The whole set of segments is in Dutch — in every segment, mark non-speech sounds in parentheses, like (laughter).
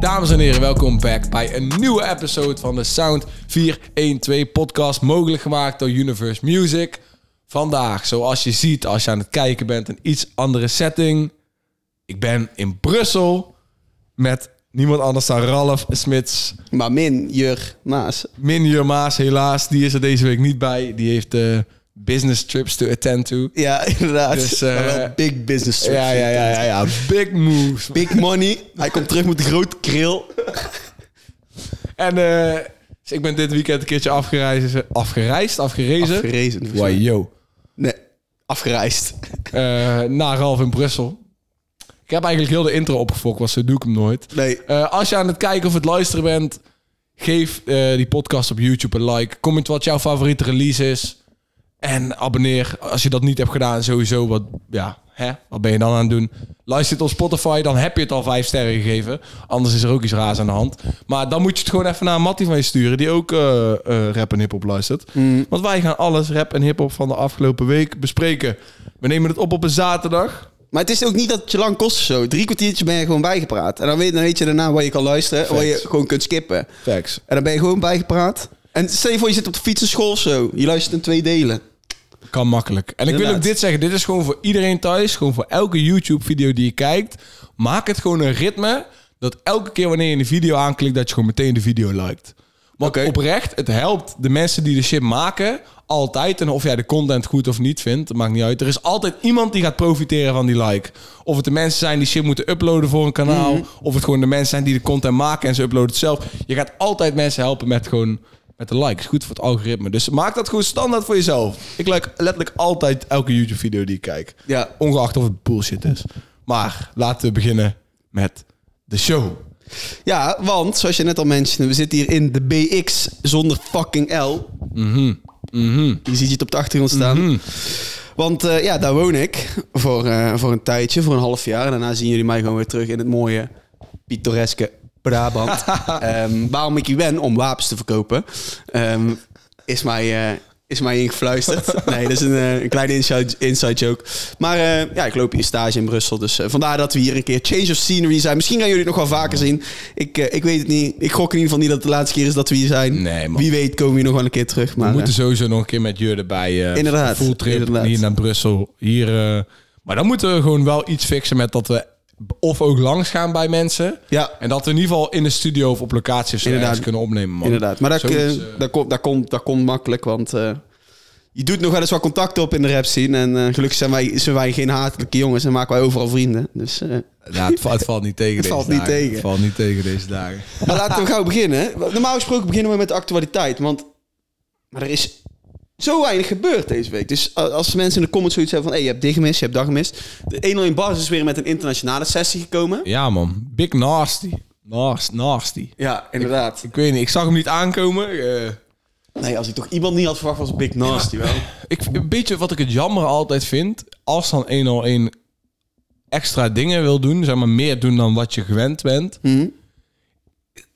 Dames en heren, welkom back bij een nieuwe episode van de Sound 412 podcast. Mogelijk gemaakt door Universe Music. Vandaag, zoals je ziet als je aan het kijken bent, een iets andere setting. Ik ben in Brussel met niemand anders dan Ralf Smits. Maar min, jur, maas. Minjur Maas, helaas, die is er deze week niet bij. Die heeft eh, business trips to attend to. Ja, (laughs) inderdaad. Dus, eh, Maar wel big business trips. Ja, ja, ja, ja, ja. Big moves. Big money. Hij komt terug met een groot kril. En eh, dus ik ben dit weekend een keertje afgereisd, afgereisd, afgerezen. Afgerezen. Wai, yo. Nee, afgereisd. Eh, naar Ralf in Brussel. Ik heb eigenlijk heel de intro opgefokt, want zo doe ik hem nooit. Nee. Eh, als je aan het kijken of het luisteren bent, geef eh, die podcast op YouTube een like. Comment wat jouw favoriete release is. En abonneer. Als je dat niet hebt gedaan, sowieso. Wat, ja, hè? wat ben je dan aan het doen? Luister het op Spotify, dan heb je het al vijf sterren gegeven. Anders is er ook iets raars aan de hand. Maar dan moet je het gewoon even naar Mattie van je sturen, die ook eh, eh, rap en hip-hop luistert. Want wij gaan alles rap en hip-hop van de afgelopen week bespreken. We nemen het op op een zaterdag. Maar het is ook niet dat het je lang kost of zo. Drie kwartiertjes ben je gewoon bijgepraat. En dan weet, dan weet je daarna waar je kan luisteren. en Waar je Facts. gewoon kunt skippen. Facts. En dan ben je gewoon bijgepraat. En stel je voor, je zit op de fiets naar school of zo. Je luistert in twee delen. Kan makkelijk. En ik wil ook Inderdaad. dit zeggen. Dit is gewoon voor iedereen thuis. Gewoon voor elke YouTube-video die je kijkt. Maak het gewoon een ritme. Dat elke keer wanneer je een video aanklikt, dat je gewoon meteen de video liked. Want Oké. oprecht, het helpt de mensen die de shit maken altijd. En of jij de content goed of niet vindt, dat maakt niet uit. Er is altijd iemand die gaat profiteren van die like. Of het de mensen zijn die shit moeten uploaden voor een kanaal. Of het gewoon de mensen zijn die de content maken en ze uploaden het zelf. Je gaat altijd mensen helpen met gewoon met de likes. Goed voor het algoritme. Dus maak dat gewoon standaard voor jezelf. Ik like letterlijk altijd elke YouTube video die ik kijk. Ja. Ongeacht of het bullshit is. Maar laten we beginnen met de show. Ja, want zoals je net al mentionde, we zitten hier in de BX zonder fucking L. Je ziet het op de achtergrond staan. Mhm. Want eh, ja, daar woon ik voor, eh, voor een tijdje, voor een half jaar. En daarna zien jullie mij gewoon weer terug in het mooie, pittoreske (laughs) Brabant. Ehm, waarom ik hier ben, om wapens te verkopen, ehm, is mij... eh, is (laughs) mij ingefluisterd. Nee, dat is een, eh, een kleine inside, inside joke. Maar eh, ja, ik loop hier stage in Brussel. Dus eh, vandaar dat we hier een keer change of scenery zijn. Misschien gaan jullie het nog wel vaker zien. Ik, eh, ik weet het niet. Ik gok in ieder geval niet dat het de laatste keer is dat we hier zijn. Nee, man. Wie weet komen we hier nog wel een keer terug. Maar, We eh, moeten sowieso nog een keer met Jur erbij. eh Inderdaad, Full trip inderdaad. hier naar Brussel. Hier, eh, maar dan moeten we gewoon wel iets fixen met dat we of ook langs gaan bij mensen. ja, En dat we in ieder geval in de studio of op locatie of zo Inderdaad. ergens kunnen opnemen. Man. inderdaad. Maar dat, Zoiets, eh, eh, dat, komt, dat, komt, dat komt makkelijk, want eh, je doet nog wel eens wat contacten op in de rap scene. En eh, gelukkig zijn wij, zijn wij geen hatelijke jongens en maken wij overal vrienden. Dus, eh, ja, nou, het, va- het valt niet tegen (laughs) Het deze valt niet dagen. tegen. Het valt niet tegen deze dagen. (laughs) Maar laten we gauw beginnen. Normaal gesproken beginnen we met de actualiteit, want maar er is zo weinig gebeurd deze week. Dus a- als mensen in de comments zoiets hebben van... hey, je hebt dit gemist, je hebt dat gemist. De 101 Bars is weer met een internationale sessie gekomen. Ja man, big nasty. Nast, nasty. Ja, inderdaad. Ik weet niet, ik zag hem niet aankomen. eh. Nee, als ik toch iemand niet had verwacht was Big Nasty wel. Ik, een beetje wat ik het jammer altijd vind, als dan 101 extra dingen wil doen, zeg maar meer doen dan wat je gewend bent,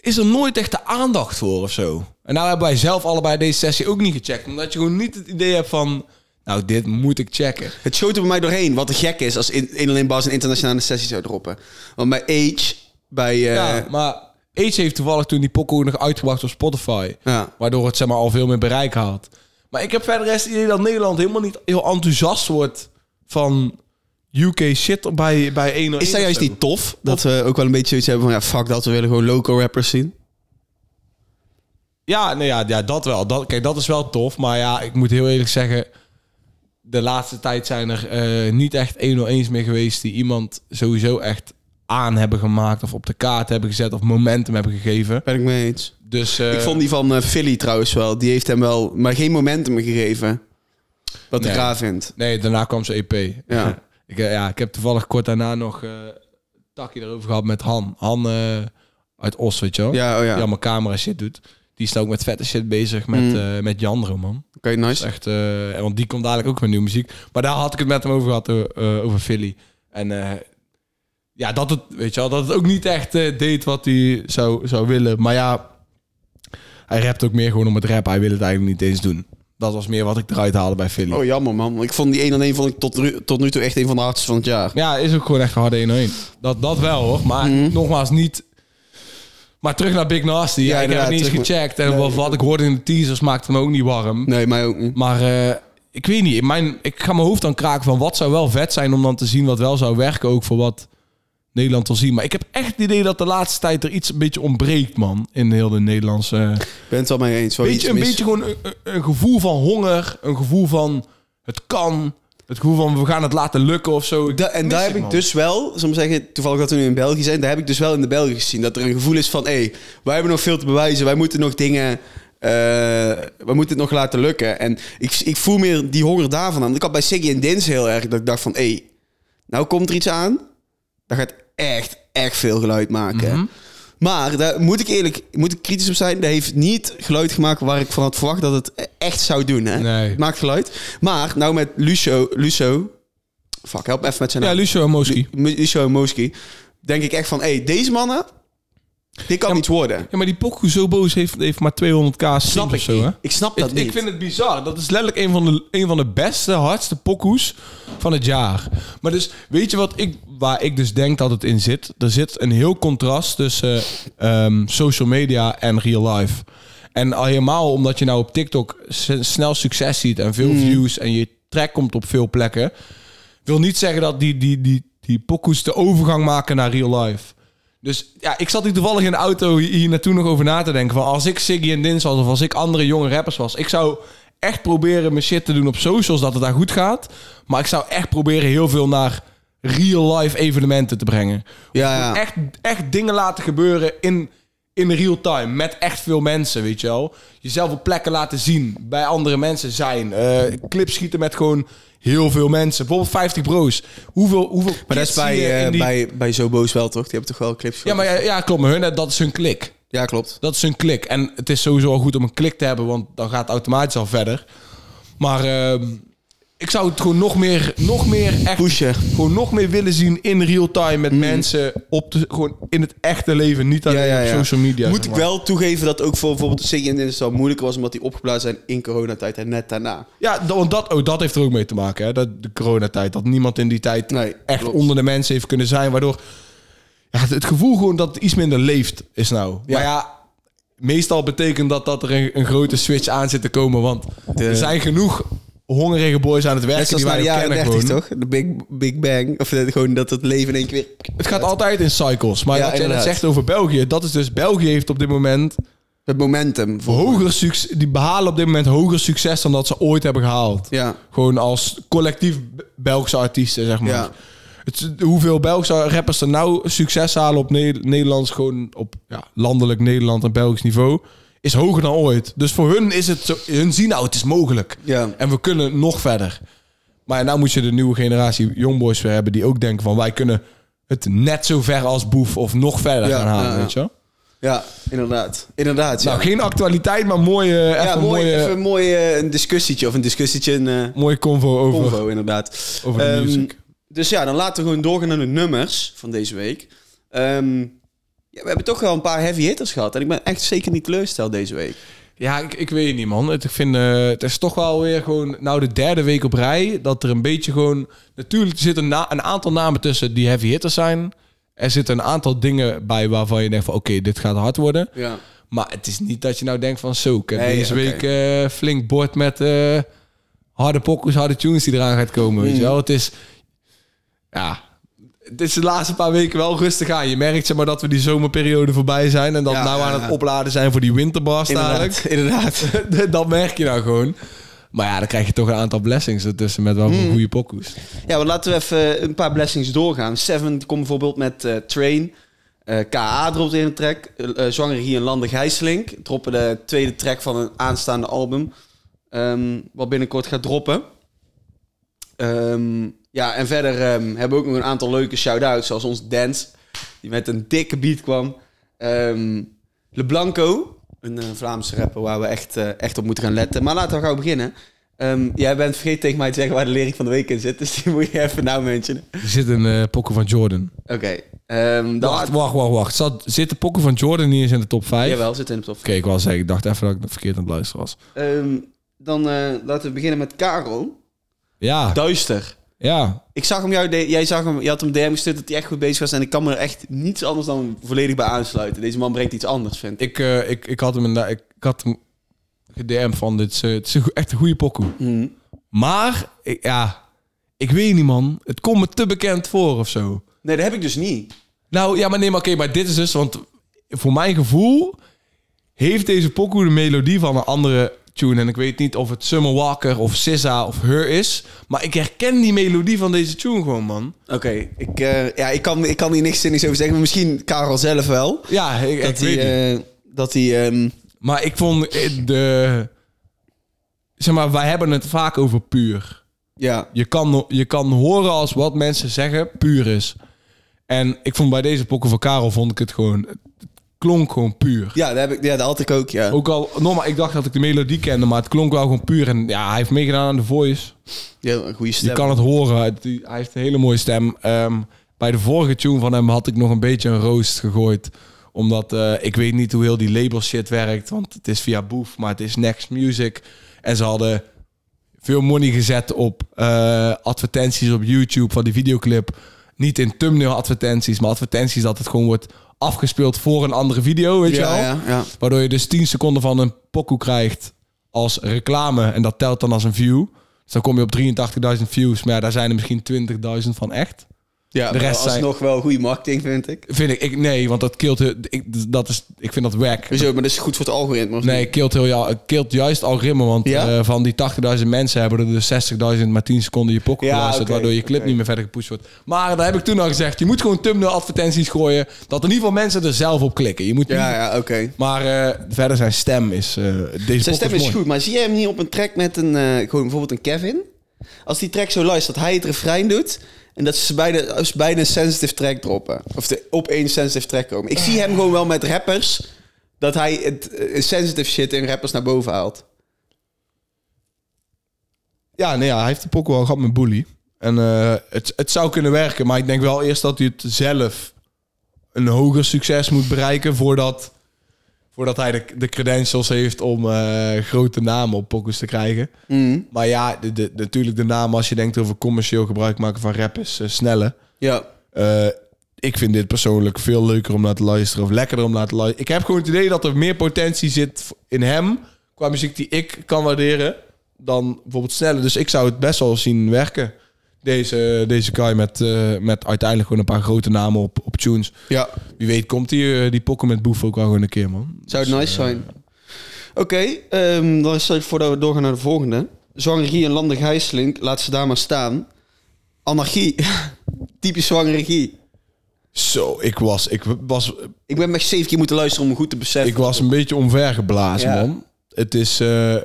is er nooit echt de aandacht voor of zo. En nou hebben wij zelf allebei deze sessie ook niet gecheckt, omdat je gewoon niet het idee hebt van, nou dit moet ik checken. Het showt er bij mij doorheen wat er gek is als in- 101 Bars een internationale sessie zou droppen. Want bij Age, bij... eh, Ja, ja. maar Ace heeft toevallig toen die pokoe nog uitgebracht op Spotify. Waardoor het zeg maar, al veel meer bereik haalt. Maar ik heb verder rest het idee dat Nederland helemaal niet heel enthousiast wordt van UK shit bij, bij 101. Is dat of juist zo. niet tof? Dat we ook wel een beetje zoiets hebben van... Ja, fuck dat, we willen gewoon local rappers zien. Ja, nee, ja, ja, dat wel. Dat, kijk, dat is wel tof. Maar ja, ik moet heel eerlijk zeggen... De laatste tijd zijn er eh, niet echt 101's meer geweest... die iemand sowieso echt aan hebben gemaakt... of op de kaart hebben gezet of momentum hebben gegeven. Ben ik mee eens. Dus eh, Ik vond die van eh, Philly trouwens wel. Die heeft hem wel, maar geen momentum gegeven. Wat Nee. ik raar vind. Nee, daarna kwam zijn EP. Ja. (laughs) ik, eh, ja, ik heb toevallig kort daarna nog eh takje erover gehad met Han. Han eh, uit Os, weet je wel? Ja, oh ja. Die allemaal camera shit doet. Die is nou ook met vette shit bezig met, Mm. eh, met Jandro, man. Oké, Dat nice. is echt, eh, want die komt dadelijk ook met nieuwe muziek. Maar daar had ik het met hem over gehad, eh, eh, over Philly. En eh, ja, dat het, weet je wel, dat het ook niet echt eh, deed wat hij zou, zou willen. Maar ja, hij rapt ook meer gewoon om het rappen. Hij wil het eigenlijk niet eens doen. Dat was meer wat ik eruit haalde bij Philly. Oh, jammer man. Ik vond die 1 aan 1 vond ik tot, ru- tot nu toe echt een van de hardste van het jaar. Mhm. Ja, is ook gewoon echt een harde 1-1. Dat, dat wel hoor, maar nogmaals niet... Maar terug naar Big Nasty. Ja, ik heb het inderdaad, niet eens terug naar- gecheckt. En wat, wat ik hoorde in de teasers maakte me ook niet warm. Nee, mij ook niet. Maar eh, ik weet niet. In mijn, ik ga mijn hoofd dan kraken van wat zou wel vet zijn om dan te zien wat wel zou werken. Ook voor wat Nederland wil zien. Maar ik heb echt het idee dat de laatste tijd er iets een beetje ontbreekt, man. In heel de Nederlandse... Ik ben het wel mee eens. Wel Weet Oh, je, iets een mis. beetje gewoon een, een- een gevoel van honger. Een gevoel van het kan. Het gevoel van we gaan het laten lukken of zo. Ik Da- en mis daar het, heb ik man. dus wel, zal ik maar zeggen, toevallig dat we nu in België zijn, daar heb ik dus wel in de België gezien dat er een gevoel is van, hé, wij hebben nog veel te bewijzen, wij moeten nog dingen, eh wij moeten het nog laten lukken. En ik, ik voel meer die honger daarvan aan. Ik had bij Siggy en Dins heel erg dat ik dacht van, hé, nou komt er iets aan, dat gaat echt, echt veel geluid maken. Mhm. Maar daar moet ik eerlijk, moet ik kritisch op zijn, dat heeft niet geluid gemaakt waar ik van had verwacht dat het echt zou doen. Hè? Nee. Het maakt geluid. Maar nou met Lucio, Lucio, fuck, help me even met zijn naam. Ja, Lucio en Moski. Lucio en Moski. Denk ik echt van, hé, deze mannen, dit kan Ja, iets worden. Ja, maar die pokoe zo boos heeft, heeft maar 200k Snap snap ik of zo, niet. hè? Ik snap dat Ik, niet. ik vind het bizar. Dat is letterlijk een van, de, een van de beste, hardste pokoes van het jaar. Maar dus, weet je wat ik, waar ik dus denk dat het in zit? Er zit een heel contrast tussen ehm, social media en real life. En al helemaal omdat je nou op TikTok s- snel succes ziet en Hmm. veel views en je track komt op veel plekken. Wil niet zeggen dat die, die, die, die pokoes de overgang maken naar real life. Dus ja, ik zat hier toevallig in de auto hier naartoe nog over na te denken. Van als ik Siggy en Dins was of als ik andere jonge rappers was. Ik zou echt proberen mijn shit te doen op socials dat het daar goed gaat. Maar ik zou echt proberen heel veel naar real life evenementen te brengen. Ja, ja. Echt, echt dingen laten gebeuren in, in real time. Met echt veel mensen, weet je wel. Jezelf op plekken laten zien. Bij andere mensen zijn. eh clips schieten met gewoon heel veel mensen. Bijvoorbeeld 50 bro's. Hoeveel, hoeveel Maar dat kids is zie je bij, in eh die- bij, bij Zobo's wel, toch? Die hebben toch wel clips Ja, maar ja, ja, klopt. Maar hun, hè, dat is hun klik. ja, klopt. Dat is een klik. En het is sowieso al goed om een klik te hebben, want dan gaat het automatisch al verder. Maar ehm, ik zou het gewoon nog meer, nog meer echt, Pushen. gewoon nog meer willen zien in real time Mm. met mensen op de, gewoon in het echte leven, niet alleen Ja, ja, ja. op social media. Moet zeg ik maar. wel toegeven dat ook voor bijvoorbeeld Siggy en Dins wel moeilijker was, omdat die opgeblazen zijn in coronatijd en net daarna. Ja, da- want dat, oh, dat heeft er ook mee te maken, hè? Dat, de coronatijd. Dat niemand in die tijd Nee, echt klopt. onder de mensen heeft kunnen zijn, waardoor ja, het, het gevoel gewoon dat het iets minder leeft is nou. Ja. Maar ja, meestal betekent dat dat er een, een grote switch aan zit te komen, want De- er zijn genoeg hongerige boys aan het werken Net zoals die na wij de ook jaren kennen 30, gewoon. toch? De Big, Big Bang. Of dat gewoon dat het leven in één keer weer... Het gaat altijd in cycles, maar Ja, wat jij net inderdaad. zegt over België, dat is dus België heeft op dit moment Het momentum. Voor... hoger succes, die behalen op dit moment hoger succes dan dat ze ooit hebben gehaald. Ja. Gewoon als collectief B- Belgische artiesten, zeg maar. Ja. Het, hoeveel Belgische rappers er nou succes halen op Ne- Nederlands, gewoon op ja, landelijk Nederland en Belgisch niveau, is hoger dan ooit. Dus voor hun is het, zo, hun zien nou, het is mogelijk. Ja. En we kunnen nog verder. Maar nou moet je de nieuwe generatie jongboys weer hebben die ook denken van wij kunnen het net zo ver als Boef of nog verder Ja, gaan halen, ja, ja. weet je wel? Ja, inderdaad. Inderdaad, ja. Nou, geen actualiteit, maar mooie, even ja, mooi, mooie, even een mooi eh, een discussietje of een discussietje in eh mooie convo over. convo, inderdaad. over de Ehm, music. Dus ja, dan laten we gewoon doorgaan naar de nummers van deze week. Ehm, ja, we hebben toch wel een paar heavy hitters gehad. En ik ben echt zeker niet teleurgesteld deze week. Ja, ik, ik weet het niet, man. Het, ik vind, eh, het is toch wel weer gewoon... Nou, de derde week op rij, dat er een beetje gewoon... Natuurlijk zitten na, een aantal namen tussen die heavy hitters zijn. Er zitten een aantal dingen bij waarvan je denkt van... Oké, dit gaat hard worden. Ja. Maar het is niet dat je nou denkt van... Zo, ik heb Nee, deze oké. week eh, flink bord met eh, harde pokkers, harde tunes die eraan gaat komen. Mm. Weet je wel? Het is... Ja... Het is de laatste paar weken wel rustig aan. Je merkt zeg maar dat we die zomerperiode voorbij zijn... en dat Ja, we nou ja, aan ja. het opladen zijn voor die winterbars dadelijk. Inderdaad, (laughs) inderdaad. dat merk je nou gewoon. Maar ja, dan krijg je toch een aantal blessings ertussen met wel Mm. goede pokoes. Ja, maar laten we even eh, een paar blessings doorgaan. Seven komt bijvoorbeeld met eh, Train. Eh, K.A. dropt in een track. Eh, eh, Zwanger hier en Lande Gijsselink droppen de tweede track van een aanstaande album. ehm, wat binnenkort gaat droppen. Ehm, ja, en verder ehm, hebben we ook nog een aantal leuke shout-outs. Zoals ons Dance, die met een dikke beat kwam. Ehm Le Blanco, een eh, Vlaamse rapper waar we echt, eh, echt op moeten gaan letten. Maar laten we gauw beginnen. Ehm, jij bent vergeten tegen mij te zeggen waar de lyric van de week in zit. Dus die (laughs) moet je even nou mentionen. Er zit een eh pokoe van Jordan. Oké. ehm, dan Wacht, wacht, wacht. wacht. Zat, zit de pokoe van Jordan niet eens in de top 5? Oké, Jawel, zit in de top. ik wou zeggen, ik dacht even dat ik verkeerd aan het luisteren was. Ehm, dan eh, laten we beginnen met Karel. Ja, Duister. Ja, Ik zag hem, jou, de- jij zag hem, je had hem DM gestuurd dat hij echt goed bezig was. En ik kan me er echt niets anders dan volledig bij aansluiten. Deze man brengt iets anders, vind ik. ik, eh, ik, ik had hem inderdaad... Ik, ik had hem gedm van dit. is, eh, Het is een go- echt een goede pokoe. Maar, ik- ja... Ik weet niet, man. Het komt me te bekend voor of zo. Nee, dat heb ik dus niet. Nou, ja, maar nee, maar oké, maar dit is dus... Want voor mijn gevoel heeft deze pokoe de melodie van een andere tune. En ik weet niet of het Summer Walker of SZA of Her is. Maar ik herken die melodie van deze tune gewoon, man. Oké, ik, eh, ja, ik, kan, ik kan hier niks zinnigs over zeggen. Maar misschien Karel zelf wel. Ja, ik, ik Dat weet niet. hij... eh, dat hij ehm, Maar ik vond eh, de... Zeg maar, wij hebben het vaak over puur. ja, Je kan, je kan horen als wat mensen zeggen puur is. En ik vond bij deze pokken van Karel vond ik het gewoon... Het klonk gewoon puur. ja, dat, heb ik, ja, dat had ik ook, ja. Ook al, normaal, ik dacht dat ik de melodie kende, maar het klonk wel gewoon puur. En ja, hij heeft meegedaan aan de voice. ja een goede Je stem. kan het horen. Het- die- hij heeft een hele mooie stem. Ehm, bij de vorige tune van hem had ik nog een beetje een roost gegooid. Omdat eh, ik weet niet hoe heel die label shit werkt. Want het is via Boef, maar het is Next Music. En ze hadden veel money gezet op eh, advertenties op YouTube van die videoclip. Niet in thumbnail advertenties, maar advertenties dat het gewoon wordt afgespeeld voor een andere video, weet je ja, wel? ja, ja. Waardoor je dus 10 seconden van een pokoe krijgt als reclame. En dat telt dan als een view. Dus dan kom je op 83.000 views. Maar ja, daar zijn er misschien 20.000 van echt. Ja, De maar rest zijn- alsnog wel goede marketing, vind ik. Vind ik, ik nee, want dat keelt... heel- Ik, dat is, ik vind dat wack. Hoezo, maar dat is goed voor het algoritme. of Nee, niet? het keelt, heel, ja, het keelt juist algoritme. Want Ja? eh, van die 80.000 mensen hebben er dus 60.000 maar 10 seconden je pokoe Ja, geluisterd. oké, waardoor je clip oké. niet meer verder gepusht wordt. Maar daar heb ik toen al gezegd. Je moet gewoon thumbnail advertenties gooien. Dat in ieder geval mensen er zelf op klikken. Je moet Ja, niet- ja, oké. Maar eh, verder zijn stem is... eh, deze Zijn stem is mooi. goed, maar zie jij hem niet op een track met een, eh, gewoon bijvoorbeeld een Kevin? Als die track zo luistert, dat hij het refrein doet en dat ze beide, als ze beide een sensitive track droppen. Of de, op één sensitive track komen. Ik zie hem gewoon wel met rappers, dat hij het eh, sensitive shit in rappers naar boven haalt. Ja, nee, ja, hij heeft de pokoe al gehad met Bully. En eh, het, het zou kunnen werken, maar ik denk wel eerst dat hij het zelf een hoger succes moet bereiken voordat, voordat hij de, de credentials heeft om eh, grote namen op pokoes te krijgen. Maar ja, de, de- natuurlijk de naam als je denkt over commercieel gebruik maken van rap is eh, snelle. Ja. Eh, ik vind dit persoonlijk veel leuker om naar te luisteren of lekkerder om naar te luisteren. Ik heb gewoon het idee dat er meer potentie zit in hem qua muziek die ik kan waarderen dan bijvoorbeeld sneller. Dus ik zou het best wel zien werken. Deze, deze guy met, eh, met uiteindelijk gewoon een paar grote namen op, op tunes. ja. Wie weet komt die, eh, die pokken met Boef ook wel gewoon een keer, man. Zou het nice zijn. Oké, ehm, dan stel ik voordat we doorgaan naar de volgende. Zwangerie en landig gijsling, laat ze daar maar staan. Anarchie. (laughs) Typisch zwangerie. Zo, ik was, ik was, Ik ben me echt zeven keer moeten luisteren om me goed te beseffen. ik was een beetje omvergeblazen, Ja. man. Het is... eh,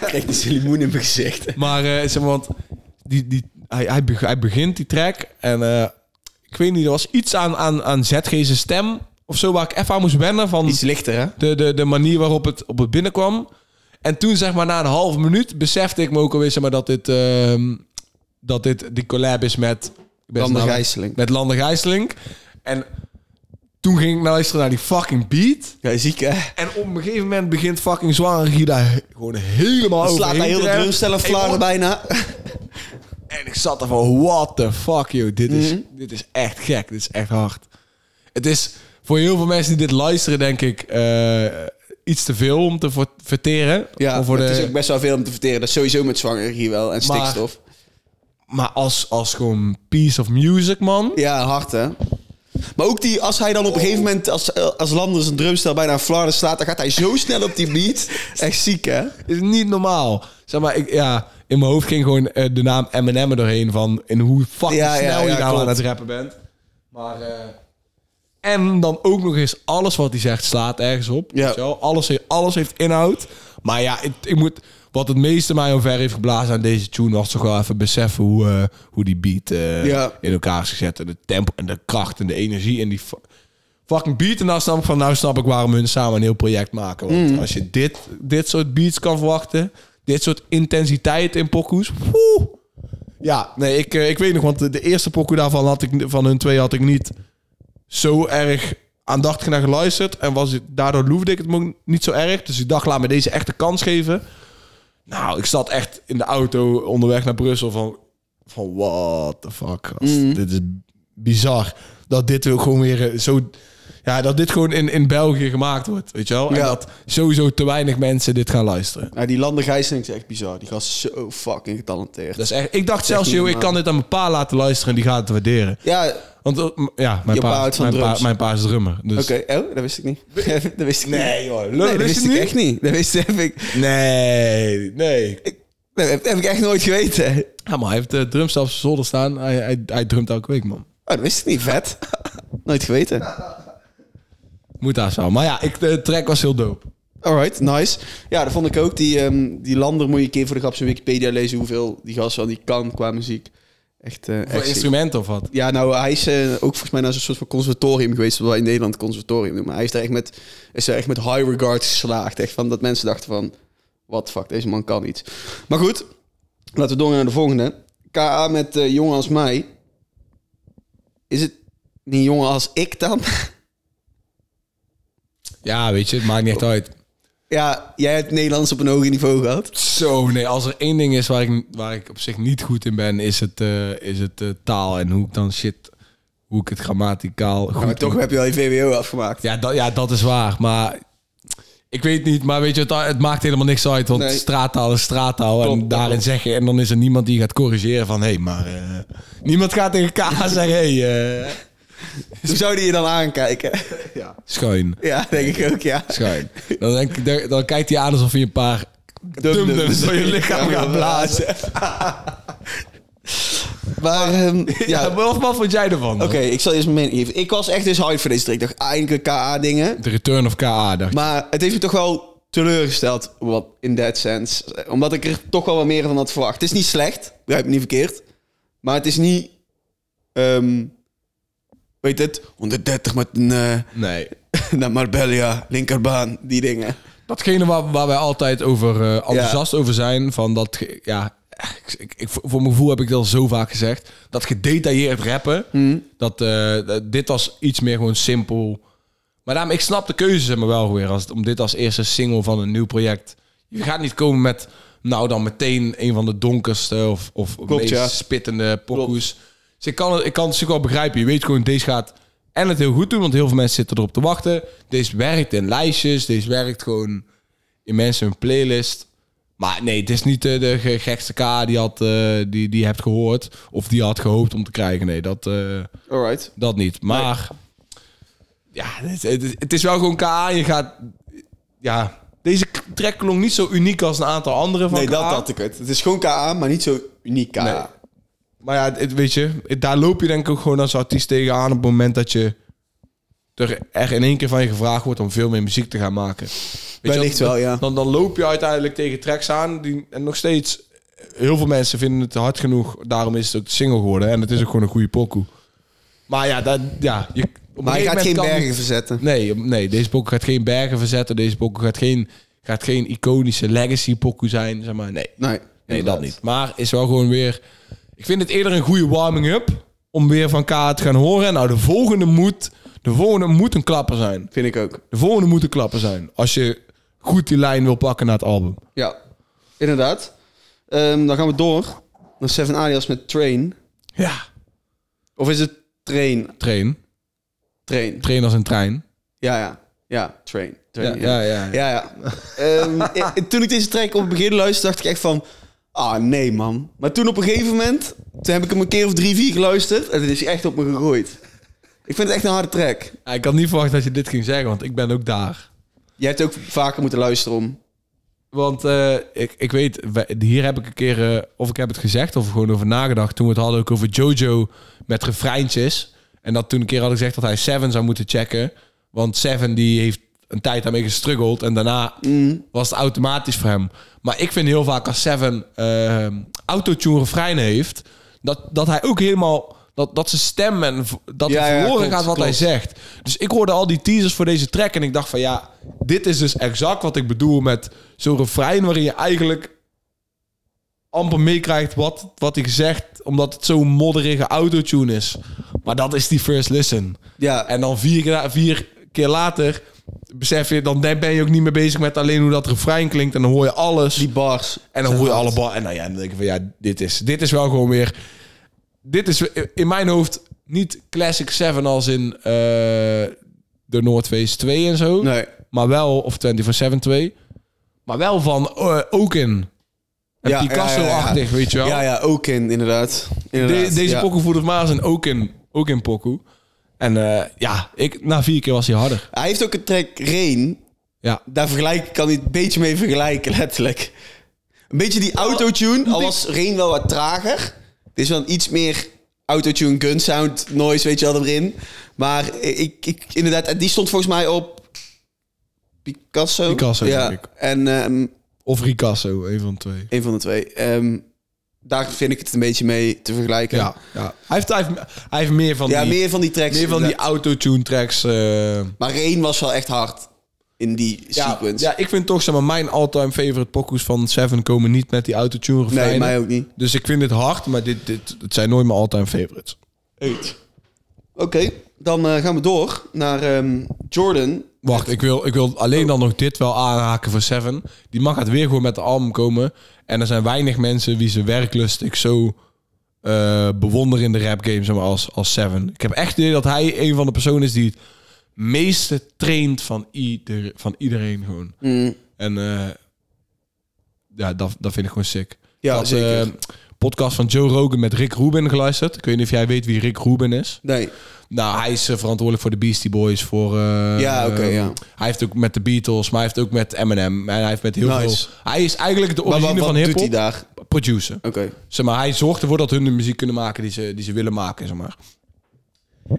Kijk, die limoen in mijn gezicht. Maar eh, zeg maar, want die, die, hij, hij, beg- hij begint die track en eh, ik weet niet, er was iets aan, aan, aan ZG's stem of zo waar ik even aan moest wennen van (laughs) Iets lichter, hè? de, de, de manier waarop het, op het binnenkwam. En toen zeg maar na een half minuut besefte ik me ook alweer zeg maar, dat dit, ehm, dat dit die collab is met... ik ben zijn Landig naam- gijsling. Met Lander Gijsling. En toen ging ik nou luisteren naar die fucking beat. Ja, ziek, hè? En op een gegeven moment begint fucking Zware Gida gewoon helemaal Dan over. slaat hij heel de drumstel en vlaar bijna. En ik zat er van, what the fuck, joh. Dit Mhm. is, dit is echt gek. Dit is echt hard. Het is voor heel veel mensen die dit luisteren, denk ik, eh, iets te veel om te ver- verteren. (laughs) Ja, Om voor het de- is ook best wel veel om te verteren. Dat is sowieso met zwangerie wel. En Maar- stikstof. Maar als, als gewoon piece of music, man. Ja, hard, hè? Maar ook die, als hij dan op een gegeven moment, als, eh, als Landers een drumstel bijna Vlaarden slaat, dan gaat hij zo snel op die beat. Echt ziek, hè? Is niet normaal. Zeg maar, ik, ja, in mijn hoofd ging gewoon eh, de naam Eminem er doorheen van... in hoe fucking Ja, ja, snel je ja, nou klopt. aan het rappen bent. Maar... eh, en dan ook nog eens alles wat hij zegt slaat ergens op. Ja. Weet je wel? Alles, heeft, alles heeft inhoud. Maar ja, ik, ik moet, wat het meeste mij omver heeft geblazen aan deze tune... was toch wel even beseffen hoe, eh, hoe die beat eh, Ja. in elkaar is gezet. En de tempo en de kracht en de energie en die... fu- fucking beat. En dan snap ik van, nou snap ik waarom hun samen een heel project maken. Want als je dit, dit soort beats kan verwachten, dit soort intensiteit in pokoes. woe. Ja, nee, ik, eh, ik weet nog, want de, de eerste pokoe daarvan had ik, van hun twee had ik niet zo erg aandachtig naar geluisterd. En was het, daardoor loefde ik het me ook niet zo erg. Dus ik dacht, laat me deze echt een kans geven. Nou, ik zat echt in de auto onderweg naar Brussel van... van what the fuck, gast. Mhm. Dit is bizar. Dat dit ook gewoon weer eh, zo... Ja, dat dit gewoon in, in België gemaakt wordt, weet je wel? En Ja. dat sowieso te weinig mensen dit gaan luisteren. Nou, die Lander Gijsling is echt bizar. Die gast is zo fucking getalenteerd. Dat is echt, ik dacht zelfs, niet joh, ik normaal. kan dit aan mijn pa laten luisteren en die gaat het waarderen. Ja, oké. Want eh, m- ja, mijn, Je pa pa, houdt van mijn, pa, drums. mijn pa is drummer. Dus Oh, dat wist ik niet. (laughs) dat wist ik Nee, niet. joh. Lul, Nee, dat wist je wist ik niet? echt niet. Dat wist heb ik, Nee, nee. dat heb, heb ik echt nooit geweten. Oh, Ja, maar hij heeft de drums op zijn zolder staan. Hij, hij, hij drumt elke week, man. dat wist ik niet. Vet. (laughs) nooit geweten. Moet daar zo. Maar ja, ik, de track was heel dope. Alright, nice. Ja, dat vond ik ook. Die, ehm, die Lander moet je een keer voor de grap zijn Wikipedia lezen hoeveel die gast wel niet kan qua muziek. Echt, eh, Voor echt ziek. instrumenten of wat? Ja, nou, hij is eh, ook volgens mij naar zo'n soort van conservatorium geweest, wat wij in Nederland conservatorium noemen. Hij is daar echt met, is daar echt met high regard geslaagd. Echt van dat mensen dachten van, wat fuck, deze man kan iets. Maar goed, laten we doorgaan naar de volgende. K.A. met eh Jongen als mij. Is het niet Jongen als ik dan? (laughs) Ja, weet je, het maakt niet echt uit. ja, jij hebt Nederlands op een hoger niveau gehad. Zo, nee. Als er één ding is waar ik, waar ik op zich niet goed in ben, is het, eh, is het eh, taal en hoe ik dan shit, hoe ik het grammaticaal goed Maar toch heb je al je VWO (laughs) afgemaakt. Ja, dat, ja, dat is waar. Maar ik weet niet, maar weet je, het, het maakt helemaal niks uit. Want Nee. straattaal is straattaal. en Klopt, daarin klopt. zeg je, en dan is er niemand die je gaat corrigeren van hé, hey, maar. eh, niemand gaat tegen elkaar (laughs) zeggen hé, hey, eh, Hoe zou die je dan aankijken? schuin. ja, denk ik ook, ja. Schuin. Dan, denk ik, dan- dan kijkt hij aan alsof je een paar dumdums van je lichaam gaat blazen. (laughs) Maar, ehm, (laughs) Ja, ja, maar wat, wat vond jij ervan? dan? Oké, ik zal eerst mijn mening geven. Ik was echt dus hyped voor deze track. Ik dacht, ah, enkele KA-dingen. De return of KA, dacht ik. Maar het heeft me toch wel teleurgesteld, wat, in that sense. Omdat ik er toch wel wat meer van had verwacht. Het is niet slecht, begrijp me niet verkeerd. Maar het is niet... ehm, weet het? 130 met een... eh, (laughs) Nee. naar Marbella, linkerbaan, die dingen. Datgene waar, waar wij altijd over eh, enthousiast over zijn, van dat, ge- ja, ik, ik, ik- voor mijn gevoel heb ik dat al zo vaak gezegd, dat gedetailleerd rappen, dat, eh, dat- dit was iets meer gewoon simpel. Maar daarom, ik snap de keuze zeg maar wel weer, als het, om dit als eerste single van een nieuw project. Je gaat niet komen met, nou dan meteen een van de donkerste of, of meest ja. spittende pokoes. Dus ik kan, het, ik kan het natuurlijk wel begrijpen. Je weet gewoon, deze gaat en het heel goed doen, want heel veel mensen zitten erop te wachten. Deze werkt in lijstjes, deze werkt gewoon in mensen hun playlist. Maar nee, het is niet eh, de ge- gekste K die, had, eh, die, die je hebt gehoord. Of die je had gehoopt om te krijgen. Nee, dat, eh, Alright. dat niet. Maar ja, het, het, het is wel gewoon KA. Je gaat... Ja, deze k- track klonk niet zo uniek als een aantal andere van Nee, dat KA. had ik het. Het is gewoon KA, maar niet zo uniek KA. Nee. Maar ja, het, weet je, het- daar loop je denk ik ook gewoon als artiest tegenaan op het moment dat je er, er in één keer van je gevraagd wordt om veel meer muziek te gaan maken. Weet je Wellicht dan- wel, ja. Dan, dan loop je uiteindelijk tegen tracks aan die, en nog steeds, heel veel mensen vinden het hard genoeg, daarom is het ook single geworden en het is ook gewoon een goede pokoe. Maar ja, dat, ja je, op een Maar je gegeven moment gaat geen kan die- bergen verzetten. Nee, nee, deze pokoe gaat geen bergen verzetten, deze pokoe gaat geen, gaat geen iconische legacy pokoe zijn, zeg maar, nee. Nee, Nee, dat niet. Maar is wel gewoon weer... Ik vind het eerder een goede warming-up om weer van K te gaan horen. Nou, de volgende moet, de volgende moet een klapper zijn. Vind ik ook. De volgende moet een klapper zijn. Als je goed die lijn wil pakken naar het album. Ja, inderdaad. Ehm, dan gaan we door naar Seven Alias met Train. Ja. Of is het Train? Train. Train. Train als een trein. Ja, ja. Ja, Train. train ja, ja. ja. ja. (laughs) Ehm, ik- toen ik deze track op het begin luisterde, dacht ik echt van... Ah, nee, man. Maar toen op een gegeven moment... Toen heb ik hem een keer of drie, vier geluisterd. En het is echt op me gegooid. Ik vind het echt een harde track. Ja, Ik had niet verwacht dat je dit ging zeggen, want ik ben ook daar. Jij hebt ook vaker moeten luisteren om... Want eh, ik, ik weet, wij- hier heb ik een keer, eh, of ik heb het gezegd of gewoon over nagedacht. Toen we het hadden ook over Jojo met refreintjes. En dat toen een keer had ik gezegd dat hij Seven zou moeten checken. Want Seven die heeft een tijd daarmee gestruggeld. En daarna Mm. was het automatisch voor hem. Maar ik vind heel vaak als Seven eh, autotune refreinen heeft... Dat, dat hij ook helemaal... Dat, dat zijn stem en v- dat Ja, hij ja, verloren klopt, gaat wat hij klopt. zegt zegt. Dus ik hoorde al die teasers voor deze track en ik dacht van ja, dit is dus exact wat ik bedoel met zo'n refrein waarin je eigenlijk amper meekrijgt wat, wat hij zegt, omdat het zo'n modderige autotune is. Maar dat is die first listen. Ja, En dan vier, keer- vier keer later besef je, dan ben je ook niet meer bezig met alleen hoe dat refrein klinkt. En dan hoor je alles. Die bars. En dan hoor je alle bal. En nou ja, dan denk ik van ja, dit is, dit is wel gewoon weer. Dit is in mijn hoofd niet Classic 7 als in eh, de North Face 2 en zo. Nee. Maar wel, of 24-7 2. Maar wel van eh, ook in. En Ja, ja, Picasso-achtig, ja, ja. weet je wel. Ja, ja, ook in, inderdaad. De- inderdaad deze ja. pokoe voelde Maas en ook in, ook in pokoe. En eh, ja, ik, na vier keer was hij harder. Hij heeft ook een track Rain. Ja. Daar vergelijk, kan hij het een beetje mee vergelijken, (laughs) letterlijk. Een beetje die autotune, al was Rain wel wat trager. Het is wel iets meer autotune, gun sound, noise, weet je wel, erin. Maar ik, ik, inderdaad, en die stond volgens mij op Picasso. Picasso, ja. denk ik. En ehm, Of Ricasso, een van de twee. een van de twee. Ehm, daar vind ik het een beetje mee te vergelijken. Ja, ja. Hij, heeft, hij, heeft, hij heeft meer van Ja, die... meer van die tracks. Meer van die inderdaad. autotune tracks. eh. Maar Rain was wel echt hard in die ja, sequence. ja, ik vind toch zeg maar, mijn all-time favorite pokoes van Seven komen niet met die autotune refreinen. nee, mij ook niet. Dus ik vind dit hard, maar dit, dit, het zijn nooit mijn all-time favorites. Oké, dan eh, gaan we door naar ehm, Jordan. Wacht, ik wil, ik wil alleen dan nog dit wel aanhaken voor Seven. Die mag het weer gewoon met de album komen. En er zijn weinig mensen wie zijn werklust ik zo eh bewonder in de rap game zeg maar, als, als Seven. Ik heb echt het idee dat hij een van de personen is die het meeste traint van, ieder, van iedereen gewoon. Mm. En eh, ja, dat, dat vind ik gewoon sick. Ja, Ik had, zeker. eh, podcast van Joe Rogan met Rick Rubin geluisterd. Ik weet niet of jij weet wie Rick Rubin is. Nee, Nou, hij is eh, verantwoordelijk voor de Beastie Boys. Voor, eh, Ja, oké, eh, ja. Hij heeft ook met de Beatles, maar hij heeft ook met Eminem. En hij heeft met heel Nice. veel... Hij is eigenlijk de maar origine wat, wat van doet hij hip-hop. daar? Producer. Oké. Zeg maar, hij zorgt ervoor dat hun de muziek kunnen maken die ze, die ze willen maken, zeg maar.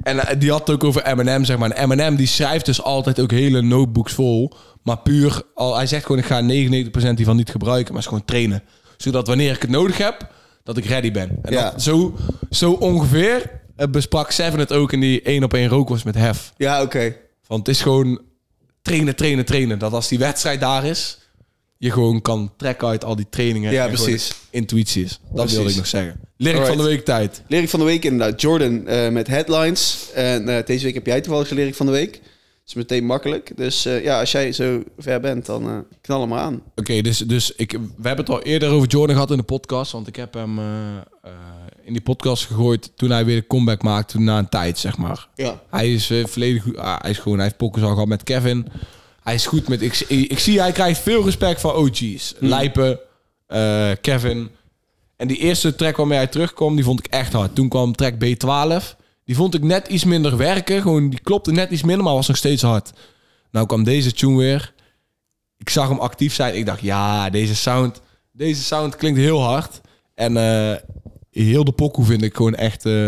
En eh, die had het ook over Eminem, zeg maar. En Eminem die schrijft dus altijd ook hele notebooks vol. Maar puur, al, hij zegt gewoon ik ga 99% hiervan niet gebruiken, maar is gewoon trainen. Zodat wanneer ik het nodig heb, dat ik ready ben. En Ja. dat- zo, zo ongeveer eh, besprak Seven het ook in die één op één rook was met Hef. Ja, oké. Van het is gewoon trainen, trainen, trainen. Dat als die wedstrijd daar is, je gewoon kan trekken uit al die trainingen. Ja, en gewoon precies. Intuïtie is. Dat Precies. wilde ik nog zeggen. Lyric Alright. van de week tijd. Lyric van de week inderdaad. Jordan eh, met headlines. En eh, deze week heb jij toevallig de lyric van de week. Dat is meteen makkelijk. Dus eh, ja, als jij zo ver bent, dan eh, knal hem maar aan. Oké, dus, dus ik, we hebben het al eerder over Jordan gehad in de podcast. Want ik heb hem eh, eh, in die podcast gegooid toen hij weer een comeback maakte na een tijd, zeg maar. Ja. Hij is eh, volledig goed. ah, hij is gewoon, hij heeft pokkers al gehad met Kevin. Hij is goed met. Ik, ik, ik zie, hij krijgt veel respect van OG's. Hmm. Lijpen, eh, Kevin. En die eerste track waarmee hij terugkwam, die vond ik echt hard. Toen kwam track B12. Die vond ik net iets minder werken. Gewoon, die klopte net iets minder, maar was nog steeds hard. Nou kwam deze tune weer. Ik zag hem actief zijn. Ik dacht, ja, deze sound, deze sound klinkt heel hard. En eh, heel de pokoe vind ik gewoon echt eh,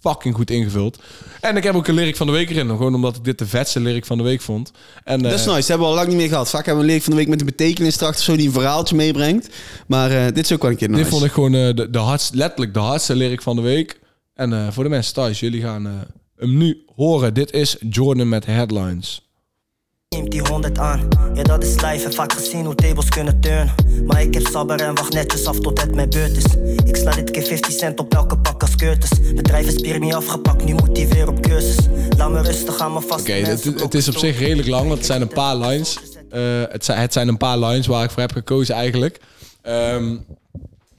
fucking goed ingevuld. En ik heb ook een lyric van de week erin. Gewoon omdat ik dit de vetste lyric van de week vond. En, eh, Dat is nice. Dat hebben we al lang niet meer gehad. Vaak hebben we een lyric van de week met een betekenis erachter, zo die een verhaaltje meebrengt. Maar eh, dit is ook wel een keer nice. Dit vond ik gewoon eh, de, de hardst, letterlijk de hardste lyric van de week. En eh, voor de mensen thuis, jullie gaan eh, hem nu horen. Dit is Jordan met Headlines. Neemt die 100 aan, ja dat is live en vaak gezien hoe tables kunnen turnen Maar ik heb sabber en wacht netjes af tot het mijn beurt is Ik sla dit keer 50 cent op elke pak als curtis Bedrijf is niet afgepakt, nu moet die weer op cursus Laat me rustig aan me vast Oké, het, het is op zich redelijk lang, want het zijn een paar lines. Eh, het, zijn, het zijn een paar lines waar ik voor heb gekozen eigenlijk. Ehm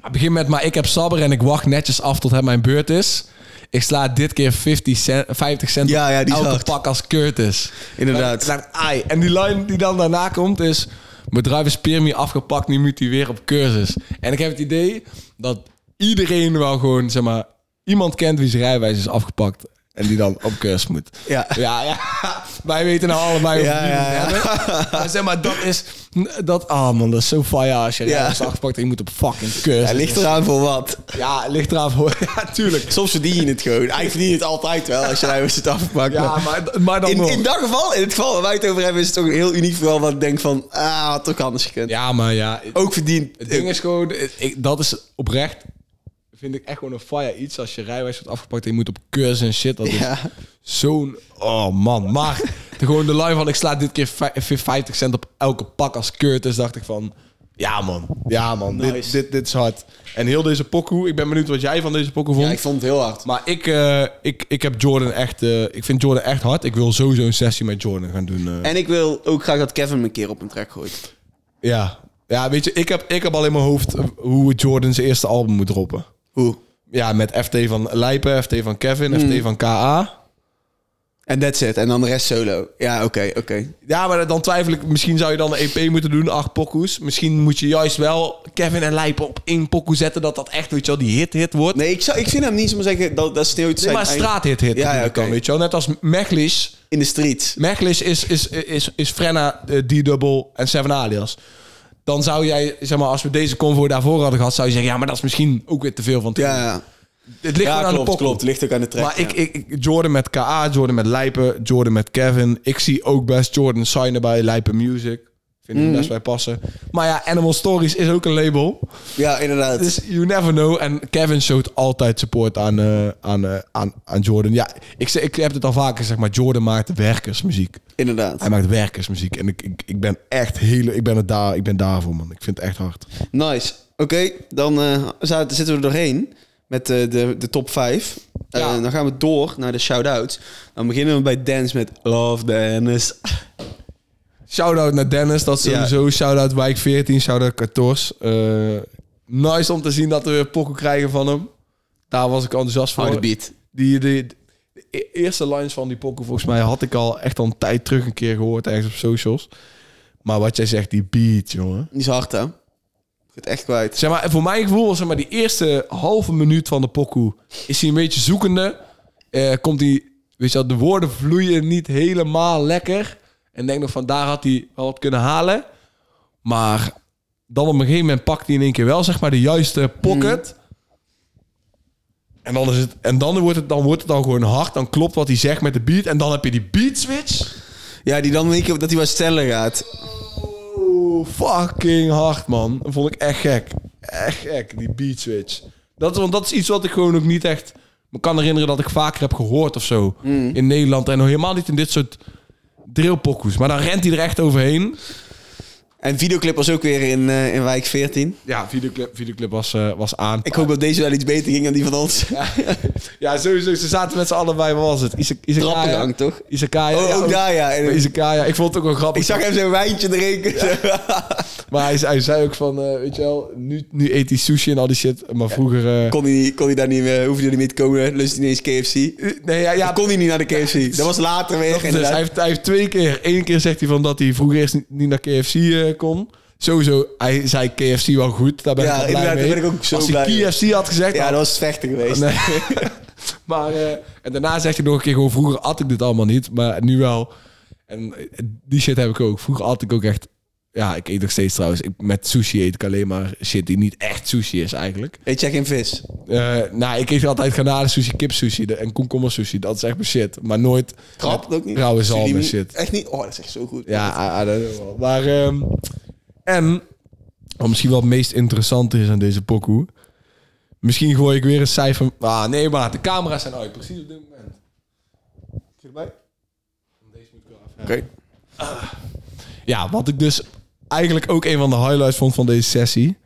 het begint met, maar ik heb sabber en ik wacht netjes af tot het mijn beurt is. Ik sla dit keer 50 cent, 50 cent Ja, ja, die is op elke hard. pak als Curtis. Inderdaad. Dan- dan- ai. En die line die dan daarna komt is... Bedrijf is Permi afgepakt, nu moet hij weer op cursus. En ik heb het idee dat iedereen wel gewoon, zeg maar... Iemand kent wie zijn rijwijs is afgepakt en die dan op cursus moet. Ja. Ja, (laughs) ja. Wij weten nou allebei hoe Ja, we die ja, ja. moeten hebben. Maar zeg maar, dat is... Dat, ah man, dat is zo fire als je Ja. rijwijs is afgepakt en je moet op fucking cursus. Hij ligt eraan voor wat. Ja, ligt eraan voor... (laughs) Ja, tuurlijk. Soms verdien je het gewoon. Eigenlijk verdien je het altijd wel als je daar weer zit afgepakt. Ja, maar, maar dan in, nog. in dat geval, in het geval waar wij het over hebben, is het toch een heel uniek verhaal. Wat ik denk van, ah, had toch anders gekund. Ja, maar ja... Ook verdiend. Het ding is gewoon, ik, dat is oprecht, vind ik echt gewoon een fire iets. Als je rijwijs wordt afgepakt en je moet op cursus en shit. Dat Ja. is zo'n, oh man. Maar de, gewoon de live van, ik sla dit keer vij- 50 cent op elke pak als Curtis. Dacht ik van, Ja, man. Ja, man. Dit, Nice. dit, dit is hard. En heel deze pokoe. Ik ben benieuwd wat jij van deze pokoe vond. Ja, ik vond het heel hard. Maar ik, eh, ik, ik heb Jordan echt... eh, ik vind Jordan echt hard. Ik wil sowieso een sessie met Jordan gaan doen. eh. En ik wil ook graag dat Kevin me een keer op een track gooit. Ja. Ja, weet je, ik heb, ik heb al in mijn hoofd eh, hoe Jordan zijn eerste album moet droppen. Hoe? Ja, met FT van Lijpen, FT van Kevin, Hmm. FT van KA. En that's it. En dan de rest solo. Ja, oké, oké. Ja, maar dan twijfel ik, misschien zou je dan een EP moeten doen, acht pokoes. Misschien moet je juist wel Kevin en Lijpen op één pokoe zetten, dat dat echt, weet je wel, die hit-hit wordt. Nee, ik, zou, ik vind hem niet zomaar zeggen dat, dat sneeuwt Nee, zijn maar eigen- straathit-hit Ja, ja, ja, kan, oké. weet je wel. Net als Mechlis. in de streets. Mechlis is, is, is, is Frenna, eh, D-Double en Seven Alias. Dan zou jij, zeg maar, als we deze convo daarvoor hadden gehad, zou je zeggen, ja, maar dat is misschien ook weer te veel van het Ja, ja. Het ligt ja gewoon aan de klopt, pok. klopt. Ligt ook aan de track. Maar ja. ik, ik, ik- Jordan met KA, Jordan met Lijpen, Jordan met Kevin. Ik zie ook best Jordan signen bij Lijpen Music. Vind ik best bij passen. Maar ja, Animal Stories is ook een label. ja, inderdaad. Dus you never know. En Kevin showt altijd support aan, eh, aan, eh, aan, aan Jordan. Ja, ik, zeg- ik heb het al vaker gezegd, maar Jordan maakt werkersmuziek. Inderdaad. Hij maakt werkersmuziek. En ik, ik, ik ben echt heel... Ik ben, het daar, ik ben daarvoor, man. Ik vind het echt hard. Nice. Oké, dan eh, zaten- zitten we er doorheen met eh, de, de top 5. Ja. dan gaan we door naar de shout-outs. Dan beginnen we bij Dance met Love Dennis. Shout-out naar Dennis, dat Ja. sowieso. Shout-out Wijk 14, shout-out Kators. Eh, nice om te zien dat we weer pokken krijgen van hem. Daar was ik enthousiast voor. Harde beat. Die, die, de e- eerste lines van die pokken, volgens mij, had ik al echt al een tijd terug een keer gehoord, ergens op socials. Maar wat jij zegt, die beat, jongen. Die is hard, hè? Gaat echt kwijt. Zeg maar, voor mijn gevoel was zeg maar, die eerste halve minuut van de pokoe... is hij een beetje zoekende. Eh, komt hij... Weet je wel, de woorden vloeien niet helemaal lekker. En denk nog van, daar had hij wel wat kunnen halen. Maar dan op een gegeven moment pakt hij in één keer wel zeg maar, de juiste pocket. En, dan is het, en dan, wordt het, dan wordt het dan gewoon hard. Dan klopt wat hij zegt met de beat. En dan heb je die beat switch. Ja, die dan denk ik dat hij wat sneller gaat. Oh, fucking hard, man. Dat vond ik echt gek. Echt gek, die beat switch. Dat, is- want dat is iets wat ik gewoon ook niet echt... me kan herinneren dat ik vaker heb gehoord of zo. Mm. In Nederland. En nog helemaal niet in dit soort drillpokkoes. Maar dan rent hij er echt overheen. En videoclip was ook weer in, eh, in wijk 14. Ja, videoclip, videoclip was, eh, was aan. Ik hoop dat deze wel iets beter ging dan die van ons. (laughs) Ja, sowieso. Ze zaten met z'n allen bij, wat was het? Isak- Izakaya? Trappengang, toch? Izakaya. Oh, ja, ook daar, (laughs) ja. En bij Izakaya. Ik vond het ook wel grappig. ik zag hem zijn wijntje drinken. Maar hij, hij zei ook van, eh, weet je wel, nu, nu eet hij sushi en al die shit. Maar vroeger... eh, (laughs) kon, hij, kon hij daar niet meer, hoefde hij er niet mee te komen. Lust hij niet eens KFC. nee, ja, ja Kon hij niet naar de KFC. Dat was later weer. dat is dus. inderdaad. hij, heeft, hij heeft twee keer. Eén keer zegt hij van dat hij vroeger eerst niet, niet naar KFC eh, kon. Sowieso, hij zei KFC wel goed. Daar ben Ja, ik wel blij inderdaad, mee. daar ben ik ook zo Als blij hij KFC had gezegd, Ja, dan dat was het vechten geweest. Nee. (laughs) maar, eh, en daarna zegt hij nog een keer gewoon, vroeger at ik dit allemaal niet, maar nu wel. En eh, die shit heb ik ook. Vroeger at ik ook echt, ja, ik eet nog steeds trouwens. Ik, met sushi eet ik alleen maar shit die niet echt sushi is eigenlijk. Eet jij geen vis? Eh, nou, ik eet altijd granade sushi, kip sushi en komkommer sushi. Dat is echt mijn shit. Maar nooit Krap met ook niet. rauwe zalm en Surimi? shit. Echt niet? Oh, dat is echt zo goed. Ja, ah, I, I don't know, man. Maar, ehm, en, wat misschien wel het meest interessante is aan deze pokoe. Misschien gooi ik weer een cijfer... Ah, nee, maar de camera's zijn uit. Precies op dit moment. Oké. Ja, wat ik dus eigenlijk ook een van de highlights vond van deze sessie...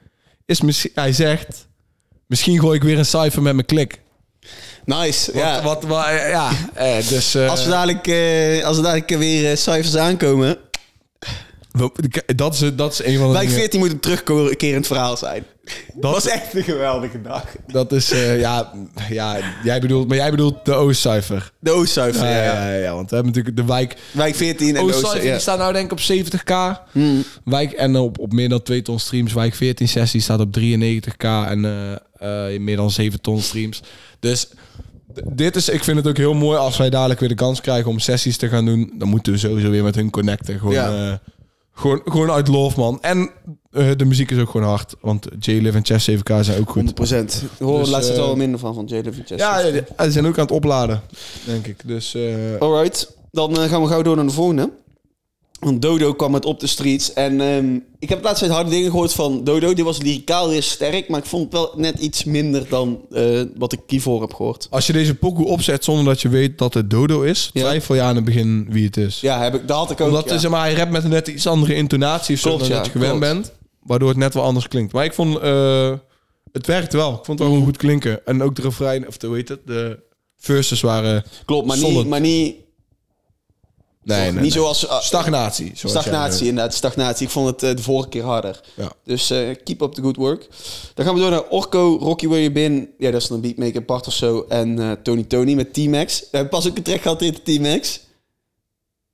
is misschien... Hij zegt... Misschien gooi ik weer een cijfer met mijn klik. Nice. ja. Wat, wat, eh, ja, eh, dus... eh, Als we dadelijk, eh, als we dadelijk weer eh, cijfers aankomen. we- dat, is, dat is een van de Wijk dingen- 14 moet een terugkerend verhaal zijn. Dat was echt een geweldige dag. Dat is... eh, ja, ja, jij bedoelt... Maar jij bedoelt de Oostcijfer. De Oostcijfer, Ja, ja, ja. ja, ja, want we hebben natuurlijk de wijk... Wijk 14 en Oh, sorry, de Oostcijfer. die Ja. Hmm. staat nou denk ik op 70k. Wijk, en op, op meer dan 2 ton streams. Wijk 14 sessie staat op 93k. En eh, eh, meer dan 7 ton streams. Dus d- dit is, ik vind het ook heel mooi als wij dadelijk weer de kans krijgen om sessies te gaan doen. Dan moeten we sowieso weer met hun connecten. Gewoon, Ja. eh, gewoon, gewoon uit love, man. En eh, de muziek is ook gewoon hard. Want J-Live en Chess 7k zijn ook goed. 100%. We horen Dus, laatst het wel eh, minder van, van Jalen Vincenzo. Ja, ja, ja, ze zijn ook aan het opladen, denk ik. Dus eh, Alright, dan eh, gaan we gauw door naar de volgende. Want Dodo kwam met op de streets. En ehm, ik heb laatst tijd harde dingen gehoord van Dodo. Die was lyricaal heel sterk, maar ik vond het wel net iets minder dan eh, wat ik hiervoor heb gehoord. Als je deze pokoe opzet zonder dat je weet dat het Dodo is, Ja. twijfel je aan het begin wie het is. Ja, heb ik, dat had ik ook. Omdat ja. Zeg maar, hij rapt met een net iets andere intonatie of zo Klopt, dan ja, dat je gewend klopt. bent. Waardoor het net wel anders klinkt. Maar ik vond... eh, het werkte wel. Ik vond het wel gewoon goed klinken. En ook de refrein... Of de, hoe heet het? De verses waren... Klopt, maar solid. niet, maar niet, Nee, nee, niet nee. zoals... eh, Stagnatie. zoals jij- Stagnatie, inderdaad. Stagnatie. Ik vond het eh, de vorige keer harder. Ja. Dus eh, keep up the good work. Dan gaan we door naar Orco, Rocky Where You Been. Ja, dat is dan een beatmaker, Bart of zo. En eh, Tony Tony met T-Max. We hebben pas ook een track gehad in de T-Max.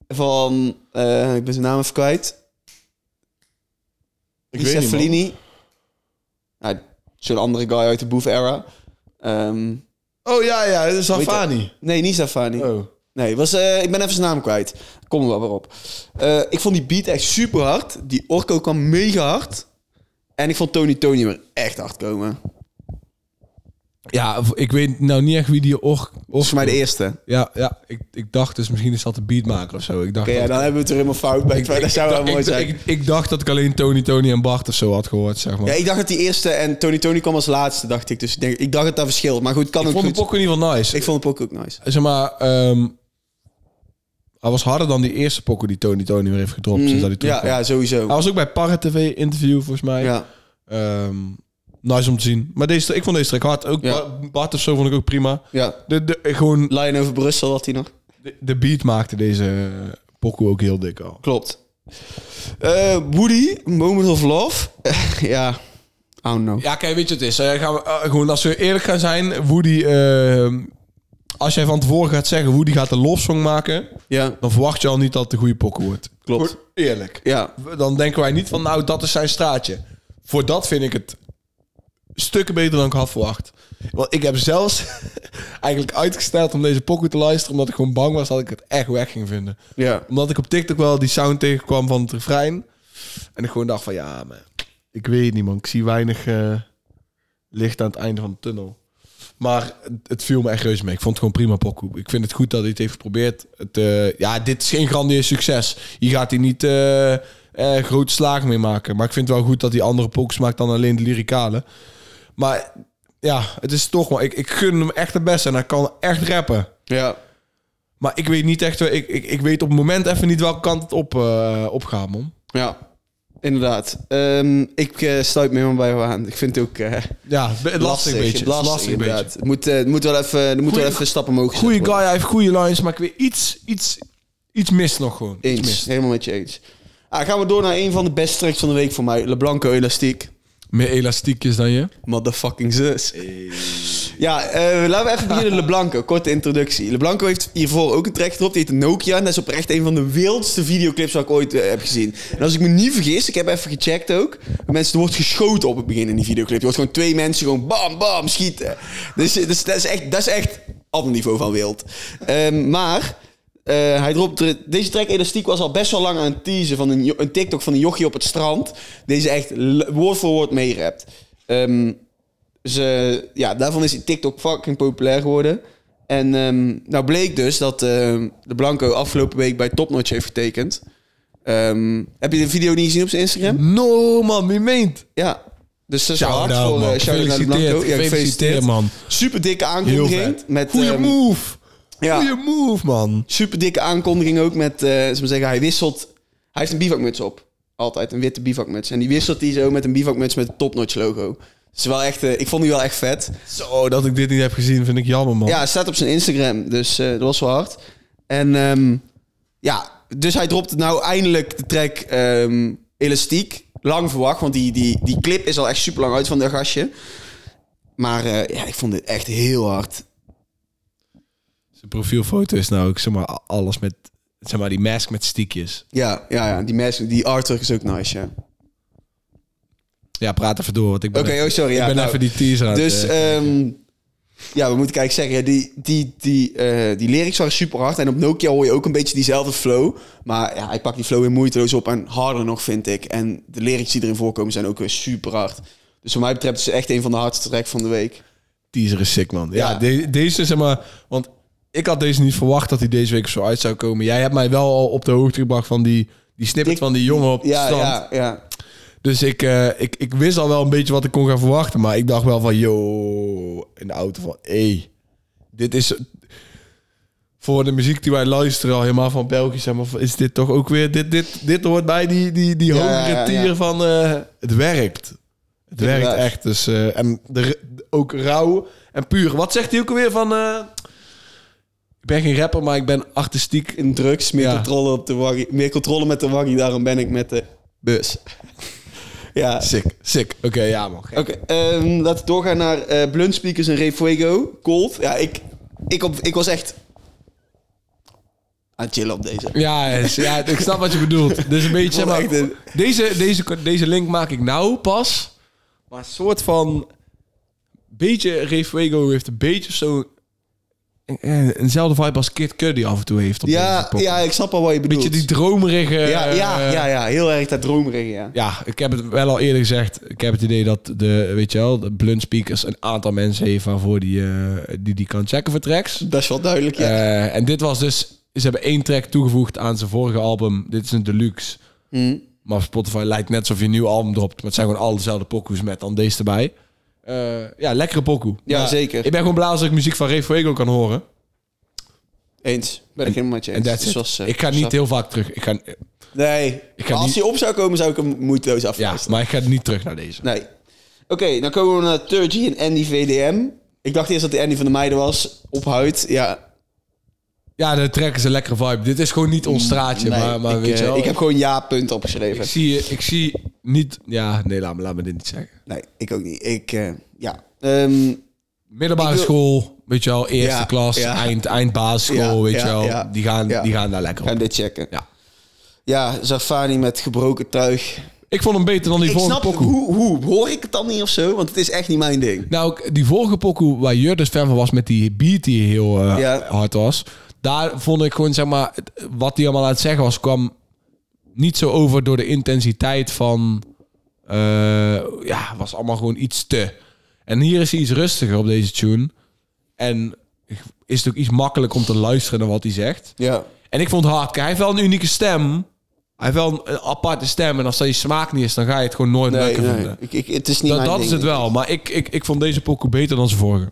Van, eh, ik ben zijn naam even kwijt. Ik weet Lisa niet, man. Fellini. Nou, Zo'n andere guy uit de boef-era. Ehm, Oh ja, ja. Dat is Weet je- Hafani. nee, niet Safani. Oh. Nee, was, eh, ik ben even zijn naam kwijt. Kom er wel weer op. Eh, ik vond die beat echt super hard. Die Orco kwam mega hard. En ik vond Tony Tony weer echt hard komen. Ja, ik weet nou niet echt wie die ork... Volgens mij de eerste. Ja, ja ik, ik dacht dus misschien is dat de beatmaker of zo. Ik dacht Oké, ja, dat, dan hebben we het er helemaal fout bij. ik, dat zou ik- wel mooi ik, zijn. Ik, ik dacht dat ik alleen Tony, Tony en Bart of zo had gehoord, zeg maar. ja, ik dacht dat die eerste en Tony Tony kwam als laatste, dacht ik. Dus ik, denk, ik dacht dat dat verschil. Maar goed, kan ik ook vond de goed. pok in ieder geval nice. Ik vond de pok ook nice. zeg maar, ehm, hij was harder dan die eerste pokken die Tony Tony weer heeft gedropt. sinds dat hij Mm, Ja, terugkwam. ja, sowieso. Hij was ook bij Parra TV interview volgens mij. Ja. Ehm, nice om te zien. Maar deze, ik vond deze track hard. Ook Ja. Ba- Bart of zo vond ik ook prima. ja. De, de, gewoon, Lion over Brussel had hij nog. de, de beat maakte deze pokoe ook heel dik al. Klopt. Eh, Woody, Moment of Love. (laughs) ja. Oh no. Ja, kijk, weet je wat het is? Eh, gaan we, eh, gewoon als we eerlijk gaan zijn, Woody... eh, als jij van tevoren gaat zeggen, Woody gaat een love song maken... Ja, dan verwacht je al niet dat het een goede pokken wordt. Klopt. Gewoon eerlijk. ja. Dan denken wij niet van, nou, dat is zijn straatje. Voor dat vind ik het stukken beter dan ik had verwacht. Want ik heb zelfs (laughs) eigenlijk uitgesteld om deze pokken te luisteren... omdat ik gewoon bang was dat ik het echt weg ging vinden. Ja. Omdat ik op TikTok wel die sound tegenkwam van het refrein. En ik gewoon dacht van, ja, maar ik weet niet, man. Ik zie weinig eh, licht aan het einde van de tunnel. Maar het, het viel me echt reuze mee. Ik vond het gewoon prima pokoe. Ik vind het goed dat hij het heeft geprobeerd. Het, eh, ja, dit is geen grandieus succes. Je gaat hier niet eh, eh, grote slagen mee maken. Maar ik vind het wel goed dat hij andere pokus maakt dan alleen de lyricale. Maar ja, het is toch wel... Ik, ik gun hem echt het beste en hij kan echt rappen. Ja. Maar ik weet niet echt... wel- Ik, ik, ik weet op het moment even niet welke kant het op, eh, opgaat, man. Ja. Inderdaad. Ehm, ik eh, sluit me helemaal bij jou aan. Ik vind het ook eh, Ja, het is een lastig, beetje. Het is een lastig inderdaad. beetje. Het moet, eh, het moet wel even, er moet wel Goeie- even stappen omhoog gezet Goeie worden. guy, hij heeft goede lines, maar ik weet iets, iets, iets mist nog gewoon. Iets Eens. mist. Helemaal met je eens. Ah, gaan we door naar een van de beste tracks van de week voor mij. LeBlanco Elastiek. Meer elastiekjes dan je. Motherfucking zus. Ja, eh, laten we even beginnen. LeBlanco, korte introductie. LeBlanco heeft hiervoor ook een track gedropt. Die heet Nokia. En dat is oprecht een van de wildste videoclips die ik ooit eh, heb gezien. En als ik me niet vergis, ik heb even gecheckt ook. Mensen, er wordt geschoten op het begin in die videoclip. Je wordt gewoon twee mensen gewoon bam, bam, schieten. Dus, eh, dus dat is echt, dat is echt op een niveau van wild. Ehm, maar... Eh, hij dropt er- deze track Elastiek was al best wel lang aan het teasen van een, jo- een TikTok van een jochie op het strand. Deze echt l- woord voor woord meerapt. Ehm ze, ja, daarvan is die TikTok fucking populair geworden. En ehm, nou bleek dus dat ehm, de Blanco afgelopen week bij Topnotch heeft getekend. Ehm, heb je de video niet gezien op zijn Instagram? No man, wie meent? Ja. Dus dat is Shout-out, hard voor nou, man. eh, shout-out naar de Blanco. Gefeliciteerd. Ja, Gefeliciteerd, man. Super dikke Heel aankondiging. vet. Met, Goeie ehm, move. ja. Goeie move, man. super dikke aankondiging ook met, eh zullen we zeggen, hij wisselt. Hij heeft een bivakmuts op. Altijd een witte bivakmuts. En die wisselt hij zo met een bivakmuts met het topnotch logo. Het is wel echt, eh, ik vond die wel echt vet. Zo, dat ik dit niet heb gezien vind ik jammer, man. Ja, het staat op zijn Instagram, dus eh, dat was wel hard. En ehm, ja, dus hij dropt nou eindelijk de track ehm, Elastiek. Lang verwacht, want die, die, die clip is al echt super lang uit van dat gastje. Maar eh, ja, ik vond dit echt heel hard. Zijn profielfoto is nou ook zeg maar, alles met zeg maar, die mask met stiekjes. Ja, ja, ja die, mensen, die artwork is ook nice, ja. Ja, praat even door, want ik ben, Oké, even, oh, sorry, ik ja, ben nou, even die teaser aan Dus het... eh, ehm, ja, we moeten kijken zeggen. ja, Die, die, die, eh, die lyrics waren super hard. En op Nokia hoor je ook een beetje diezelfde flow. Maar ja, hij pakt die flow weer moeiteloos op. En harder nog, vind ik. En de lyrics die erin voorkomen zijn ook weer super hard. Dus wat mij betreft is het echt een van de hardste track van de week. teaser is sick, man. Ja, Ja. de- deze, zeg maar... Want ik had deze niet verwacht dat hij deze week zo uit zou komen. Jij hebt mij wel al op de hoogte gebracht van die, die snippet Ik- van die jongen op de Ja, strand. ja, ja. Dus ik, eh, ik, ik wist al wel een beetje wat ik kon gaan verwachten. Maar ik dacht wel van, yo, in de auto van, hé, dit is... voor de muziek die wij luisteren, al helemaal van België, zeg maar, is dit toch ook weer... Dit, dit, dit hoort bij die, die, die Ja, hogere ja, ja. tier van... eh, het werkt. Het werkt Inderdaad. echt. Dus, eh, en de, ook rauw en puur. Wat zegt hij ook alweer van... eh, ik ben geen rapper, maar ik ben artistiek. In drugs, meer, Ja. controle, op de waggie, meer controle met de waggie. Daarom ben ik met de bus. (laughs) ja, oké. Sick, sick. Oké, ja man. gek. ehm, laten we doorgaan naar eh Blunt Speakers en Ray Fuego. Cold. Ja, ik, ik, op, ik was echt aan het chillen op deze. Ja, yes. ja, ik snap wat je bedoelt. Dus een beetje, zeg maar, Echt een- deze, deze, deze link maak ik nou pas. Maar een soort van... Beetje, Ray Fuego heeft een beetje zo'n... eh, Eenzelfde vibe als Kid Cudi af en toe heeft. Op deze Ja, poppen. ja, ik snap al wat je bedoelt. beetje die dromerige... ja, ja, eh, ja, ja, heel erg dat droomregen, ja. ja, ik heb het wel al eerder gezegd. Ik heb het idee dat de, weet je wel, de blunt speakers een aantal mensen heeft waarvoor die, eh, die, die kan checken voor tracks. Dat is wel duidelijk, ja. Eh, en dit was dus... Ze hebben één track toegevoegd aan zijn vorige album. Dit is een deluxe. Hmm. Maar op Spotify lijkt net alsof je een nieuw album dropt. Maar het zijn gewoon al dezelfde pokoes met dan deze erbij. Eh, ja, lekkere pokoe. Ja, Maar zeker. Ik ben gewoon blij als ik muziek van Ray Fuego kan horen. Eens. Ben ik helemaal met je En eens. that's Dus it. was, eh, ik ga niet snap- heel vaak terug. Ik ga, Nee. Ik ga Maar als niet- hij op zou komen, zou ik hem moeiteloos ja, afluisteren. maar ik ga niet terug naar deze. Nee. Oké, dan komen we naar Turgy en Andy VDM. Ik dacht eerst dat die Andy van de Meijden was. Op huid, ja. Ja, de track is een lekkere vibe. Dit is gewoon niet ons straatje. Nee, maar maar ik, weet eh, je wel. ik heb gewoon ja-punt ik opgeschreven. zie, ik zie niet... Ja, nee, laat me, laat me dit niet zeggen. Nee, ik ook niet. Ik, eh, ja. Ehm, Middelbare Ik wil- school, weet je wel. Eerste Ja, klas, ja. eind, eindbasisschool, Ja, weet ja, je wel. ja. die, gaan, Ja. die gaan daar lekker op. gaan dit checken. Ja. Ja, Zafari met gebroken tuig. Ik vond hem beter dan die Ik vorige snap, pokoe. hoe, hoe hoor ik het dan niet of zo? Want het is echt niet mijn ding. Nou, ook die vorige pokoe waar Jur dus fan van was met die beat die heel eh, Ja. hard was. Daar vond ik gewoon, zeg maar, het- wat hij allemaal aan het zeggen was, kwam niet zo over door de intensiteit van... eh, ja, was allemaal gewoon iets te. En hier is hij iets rustiger op deze tune. En is het ook iets makkelijker om te luisteren naar wat hij zegt. Ja. En ik vond Hardke, hij heeft wel een unieke stem. Hij heeft wel een, een aparte stem. En als dat je smaak niet is, dan ga je het gewoon nooit Nee, lekker nee. vinden. Ik, ik, het is niet Dat, mijn dat ding. is het wel. Maar ik, ik, ik vond deze pokoe beter dan zijn vorige.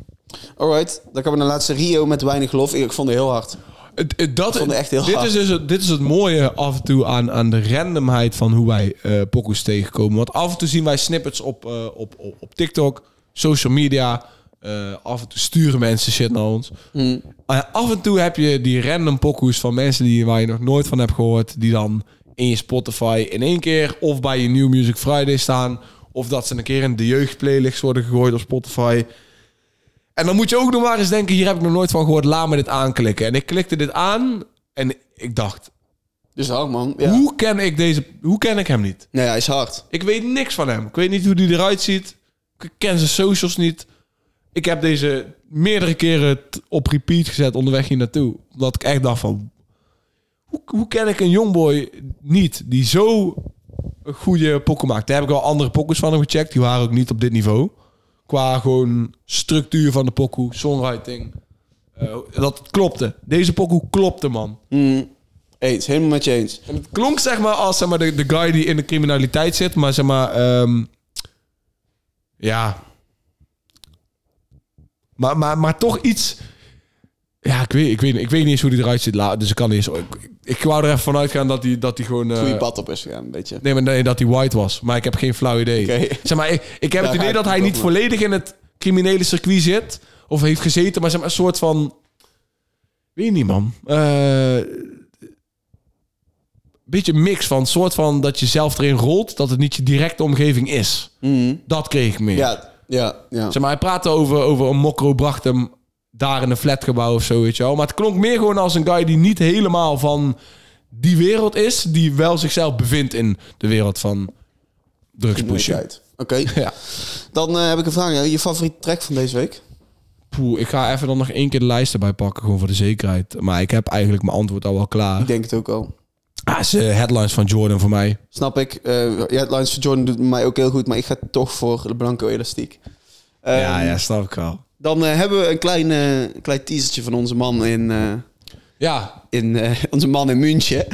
Alright, dan komen we naar de laatste Rio met weinig lof. Ik vond het heel hard. Het- het- dat, vond het echt heel dit, hard. is dus het, dit is het mooie af en toe aan, aan de randomheid van hoe wij eh pokoes tegenkomen. Want af en toe zien wij snippets op, eh, op, op, op TikTok, social media. eh, af en toe sturen mensen shit naar ons. Hmm. Eh, af en toe heb je die random pokoes van mensen die, waar je nog nooit van hebt gehoord. Die dan in je Spotify in één keer of bij je New Music Friday staan. Of dat ze een keer in de jeugdplaylist worden gegooid op Spotify. En dan moet je ook nog maar eens denken, hier heb ik nog nooit van gehoord, laat me dit aanklikken. En ik klikte dit aan en ik dacht, Dus hard, man. Ja. hoe ken ik deze, hoe ken ik hem niet? Nee, hij is hard. Ik weet niks van hem. Ik weet niet hoe die eruit ziet. Ik ken zijn socials niet. Ik heb deze meerdere keren t- op repeat gezet onderweg hier naartoe. Omdat ik echt dacht van, hoe, hoe ken ik een jongboy niet die zo een goede pokken maakt? Daar heb ik wel andere pokkers van hem gecheckt. Die waren ook niet op dit niveau. Qua gewoon structuur van de pokoe, songwriting. Eh, dat klopte. Deze pokoe klopte, man. Eens, helemaal met je eens. En het klonk zeg maar als zeg maar, de, de guy die in de criminaliteit zit, maar zeg maar, ehm, ja. Maar, maar, maar toch iets. Ja, ik weet, ik, weet, ik weet niet eens hoe die eruit ziet. la- Dus ik kan niet eens. Ik, ik, ik wou er even vanuit gaan dat hij dat die gewoon. eh, Goeie pad op is gegaan, een beetje. nee, maar nee, dat hij white was. Maar ik heb geen flauw idee. Oké. Zeg maar, ik, ik heb het Ja, ga idee ik dat hij ook niet maar. volledig in het criminele circuit zit. Of heeft gezeten, maar zeg maar een soort van. Weet niet, man. Eh, beetje mix van soort van dat je zelf erin rolt, dat het niet je directe omgeving is. Dat kreeg ik meer. Mhm. Ja, ja, ja. Zeg maar, hij praatte over, over een mokro bracht hem daar in een flatgebouw of zo, weet je wel. Maar het klonk meer gewoon als een guy die niet helemaal van die wereld is, die wel zichzelf bevindt in de wereld van drugspushen. Moeilijkheid. Oké, (laughs) Ja. dan eh, heb ik een vraag. hè. Je favoriete track van deze week? Poeh, ik ga even dan nog één keer de lijst erbij pakken, gewoon voor de zekerheid. Maar ik heb eigenlijk mijn antwoord al wel klaar. Ik denk het ook al. Ah, is, eh, headlines van Jordan voor mij. Snap ik. Eh headlines van Jordan doet mij ook heel goed, maar ik ga toch voor de Blanco Elastiek. Eh, ja, ja, snap ik al. Dan eh, hebben we een klein, eh, een klein teasertje van onze man in, eh, Ja, in, eh, (laughs) onze man in (laughs) München.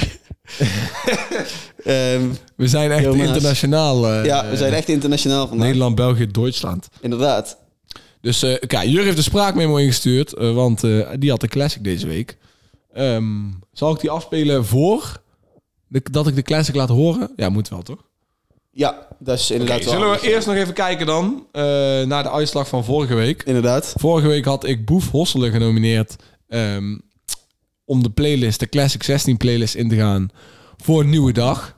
Ehm, we zijn echt Jonas. internationaal. eh, ja, we zijn echt internationaal vandaag. Nederland, België, Duitsland. Inderdaad. Dus eh kijk, Jur heeft de spraakmemo ingestuurd, eh, want eh, die had de classic deze week. Ehm, zal ik die afspelen voor de- dat ik de classic laat horen? Ja, moet wel, toch? Ja, dat is inderdaad wel. Zullen we eerst nog even kijken dan eh, naar de uitslag van vorige week. Inderdaad. Vorige week had ik Boef Hosselen genomineerd ehm, om de playlist, de Classic 16 playlist in te gaan voor een nieuwe dag.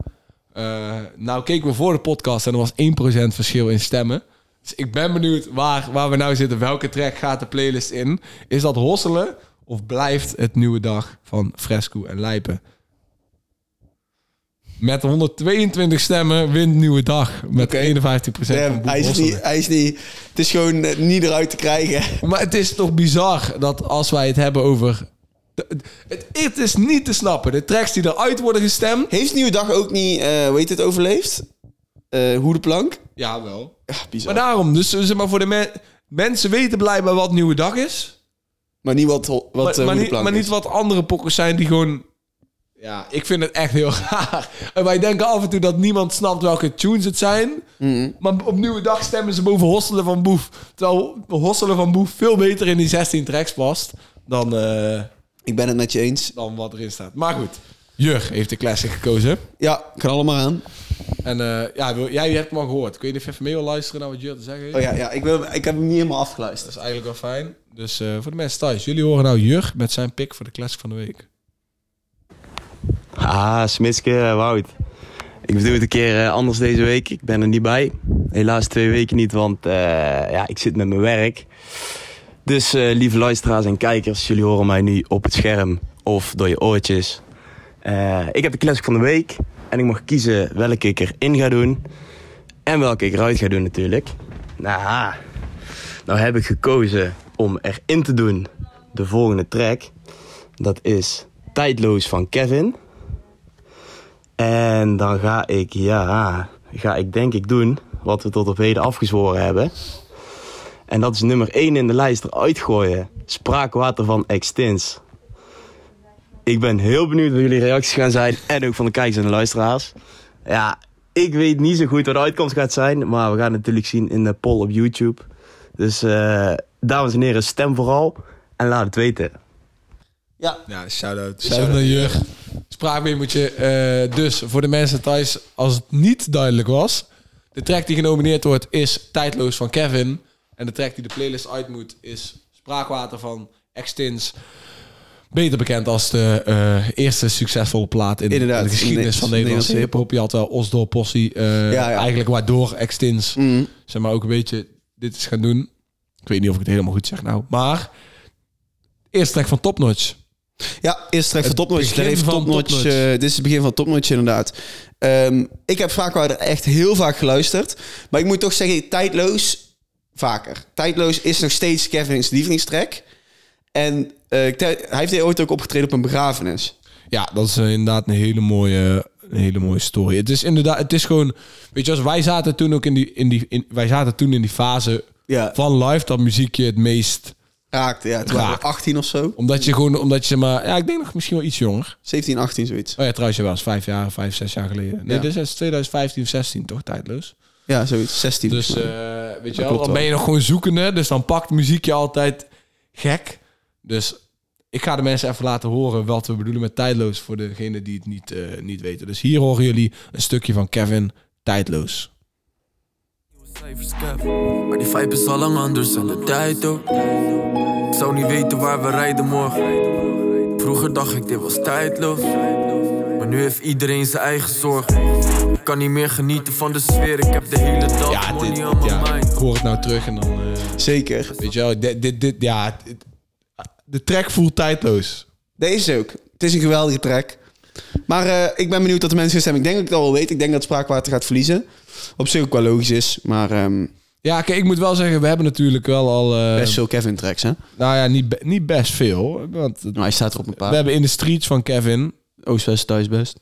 Eh, nou keken we voor de podcast en er was 1% verschil in stemmen. Dus ik ben benieuwd waar, waar we nou zitten. Welke track gaat de playlist in? Is dat Hosselen of blijft het nieuwe dag van Fresco en Lijpen? Met 122 stemmen wint Nieuwe Dag. Met Oké. 51% van Damn, Boef Ehm, hij, is Hosselen. niet, hij is niet... Het is gewoon eh, niet eruit te krijgen. Maar het is toch bizar dat als wij het hebben over... Het, het is niet te snappen. De tracks die eruit worden gestemd... Heeft Nieuwe Dag ook niet, eh hoe heet het, overleefd? Eh hoe de plank? Jawel. Ja, bizar. Maar Maar, daarom, dus zeg maar voor de me- mensen weten blijkbaar wat Nieuwe Dag is. niet wat, wat eh, maar, hoe maar, de niet, plank maar niet is. wat andere pokkers zijn die gewoon... Ja, ik vind het echt heel (laughs) raar. En wij denken af en toe dat niemand snapt welke tunes het zijn. Maar op Nieuwe Dag stemmen ze boven Hosselen van Boef. Terwijl Hosselen van Boef veel beter in die 16 tracks past dan... eh, Ik ben het met je eens. dan wat erin staat. Maar goed, Jur heeft de classic gekozen. Ja, kan allemaal aan. En eh, ja, wil, jij hebt hem al gehoord. Kun je even mee wil luisteren naar wat Jur te zeggen heeft? Oh ja, ja ik, wil, ik heb hem niet helemaal afgeluisterd. Dat is eigenlijk wel fijn. Dus eh, voor de mensen thuis, jullie horen nou Jur met zijn pick voor de classic van de week. Ah, Smitske, Wout. Ik bedoel het een keer eh, anders deze week. Ik ben er niet bij. Helaas twee weken niet, want eh, ja, ik zit met mijn werk. Dus eh, lieve luisteraars en kijkers, jullie horen mij nu op het scherm of door je oortjes. Eh, ik heb de classic van de week en ik mag kiezen welke ik erin ga doen en welke ik eruit ga doen natuurlijk. Nou, ha. nou heb ik gekozen om erin te doen de volgende track. Dat is Tijdloos van Kevin. En dan ga ik, ja, ga ik denk ik doen wat we tot op heden afgezworen hebben. En dat is nummer 1 in de lijst eruit gooien. Spraakwater van Extins. Ik ben heel benieuwd wat jullie reacties gaan zijn. En ook van de kijkers en de luisteraars. Ja, ik weet niet zo goed wat de uitkomst gaat zijn. Maar we gaan het natuurlijk zien in de poll op YouTube. Dus eh, dames en heren, stem vooral. En laat het weten. Ja. Ja, shout-out. Shout-out naar Jur. Spraakmemoetje. Eh dus, voor de mensen thuis, als het niet duidelijk was... De track die genomineerd wordt is Tijdloos van Kevin. En de track die de playlist uit moet is Spraakwater van Extins. Beter bekend als de eh, eerste succesvolle plaat in Inderdaad, de geschiedenis nee, van Nederlandse Nederlandse hiphop. Je had wel Osdorp Possie. eh, Ja, ja. Eigenlijk waardoor Extins zeg maar, ook een beetje dit is gaan doen. Ik weet niet of ik het helemaal goed zeg nou. Maar eerste track van Top Notch. Ja, eerst trek van Het Topnotch. begin Daar heeft van Topnotch, Topnotch. eh, dit is het begin van Topnotch inderdaad. Ehm, ik heb Vraagwaarder echt heel vaak geluisterd. Maar ik moet toch zeggen, tijdloos vaker. Tijdloos is nog steeds Kevin's lievelingstrack. En eh, ik te- hij heeft ooit ook opgetreden op een begrafenis. Ja, dat is eh, inderdaad een hele mooie, een hele mooie story. Het is inderdaad, het is gewoon, weet je, als wij zaten toen ook in die, in die, in, wij zaten toen in die fase Ja. van live dat muziekje het meest, Raakte, ja. Toen waren Raakt. we 18 of zo. omdat je gewoon, omdat je zeg maar, ja, ik denk nog misschien wel iets jonger. 17, 18, zoiets. Oh ja, trouwens, je was vijf jaar, vijf, zes jaar geleden. Nee, Ja. dit is 2015 of 16 toch, tijdloos. Ja, zoiets. 16. Dus volgens mij. eh, weet je klopt wel, dan wel. ben je nog gewoon zoekende. Dus dan pakt muziek je altijd gek. Dus ik ga de mensen even laten horen wat we bedoelen met tijdloos voor degenen die het niet, eh, niet weten. Dus hier horen jullie een stukje van Kevin tijdloos. Cijfers cap. Maar die vibe is al lang anders en de tijd ook. Ik zou niet weten waar we rijden morgen. Vroeger dacht ik dit was tijdloos. Maar nu heeft iedereen zijn eigen zorg. Ik kan niet meer genieten van de sfeer. Ik heb de hele dag Ja, dit, money dit- on my ja, ik mind. hoor het nou terug en dan... eh, Zeker. weet je wel, dit, dit, dit ja... dit- de track voelt tijdloos. Deze ook. Het is een geweldige track. Maar eh, ik ben benieuwd wat de mensen gaan stemmen. Ik denk dat ik het al wel weet. Ik denk dat Spraakwater gaat verliezen. Op zich ook wel logisch is. Maar ehm, Ja, kijk, ik moet wel zeggen, we hebben natuurlijk wel al... eh, best veel Kevin tracks, hè? nou ja, niet, be- niet best veel. Want het- Nou, hij staat er op een we paar. hebben in de streets van Kevin... Oost-West thuis best.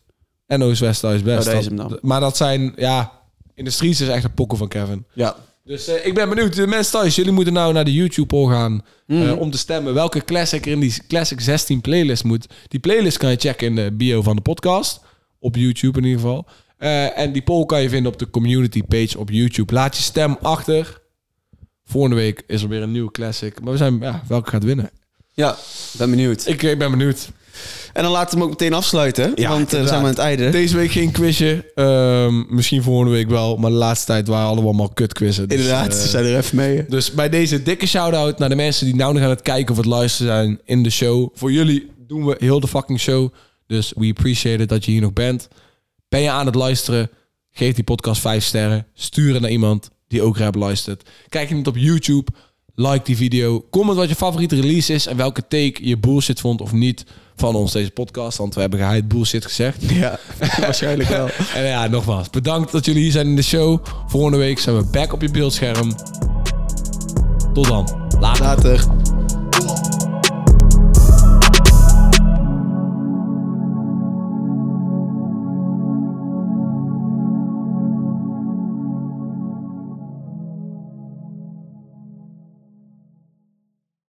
En Oost-West is best. Oh, daar is hem dan. Dat- Maar dat zijn, ja, in de streets is echt een pokkel van Kevin. Ja. Dus eh, ik ben benieuwd. De mensen thuis, jullie moeten nou naar de YouTube poll gaan Hmm. eh, om te stemmen welke classic er in die Classic 16 playlist moet. Die playlist kan je checken in de bio van de podcast. Op YouTube in ieder geval. Eh, en die poll kan je vinden op de community page op YouTube. Laat je stem achter. Volgende week is er weer een nieuwe classic. Maar we zijn, ja, welke gaat winnen? Ja, ben benieuwd. Ik, ik ben benieuwd. En dan laten we hem ook meteen afsluiten. Ja, want eh, we zijn inderdaad. maar aan het einde. Deze week geen quizje. Ehm, misschien volgende week wel. Maar de laatste tijd waren allemaal allemaal kutquizzen. Dus, Inderdaad, eh, ze zijn er even mee. hè. Dus bij deze dikke shout-out naar de mensen die nou nog aan het kijken of het luisteren zijn in de show. Voor jullie doen we heel de fucking show. Dus we appreciate it dat je hier nog bent. Ben je aan het luisteren? Geef die podcast 5 sterren. Stuur het naar iemand die ook rap luistert. Kijk je niet op YouTube? Like die video. Comment wat je favoriete release is en welke take je bullshit vond of niet van ons deze podcast. Want we hebben geheid bullshit gezegd. Ja, (laughs) waarschijnlijk wel. En ja, nogmaals, bedankt dat jullie hier zijn in de show. Volgende week zijn we back op je beeldscherm. Tot dan. Later. Later.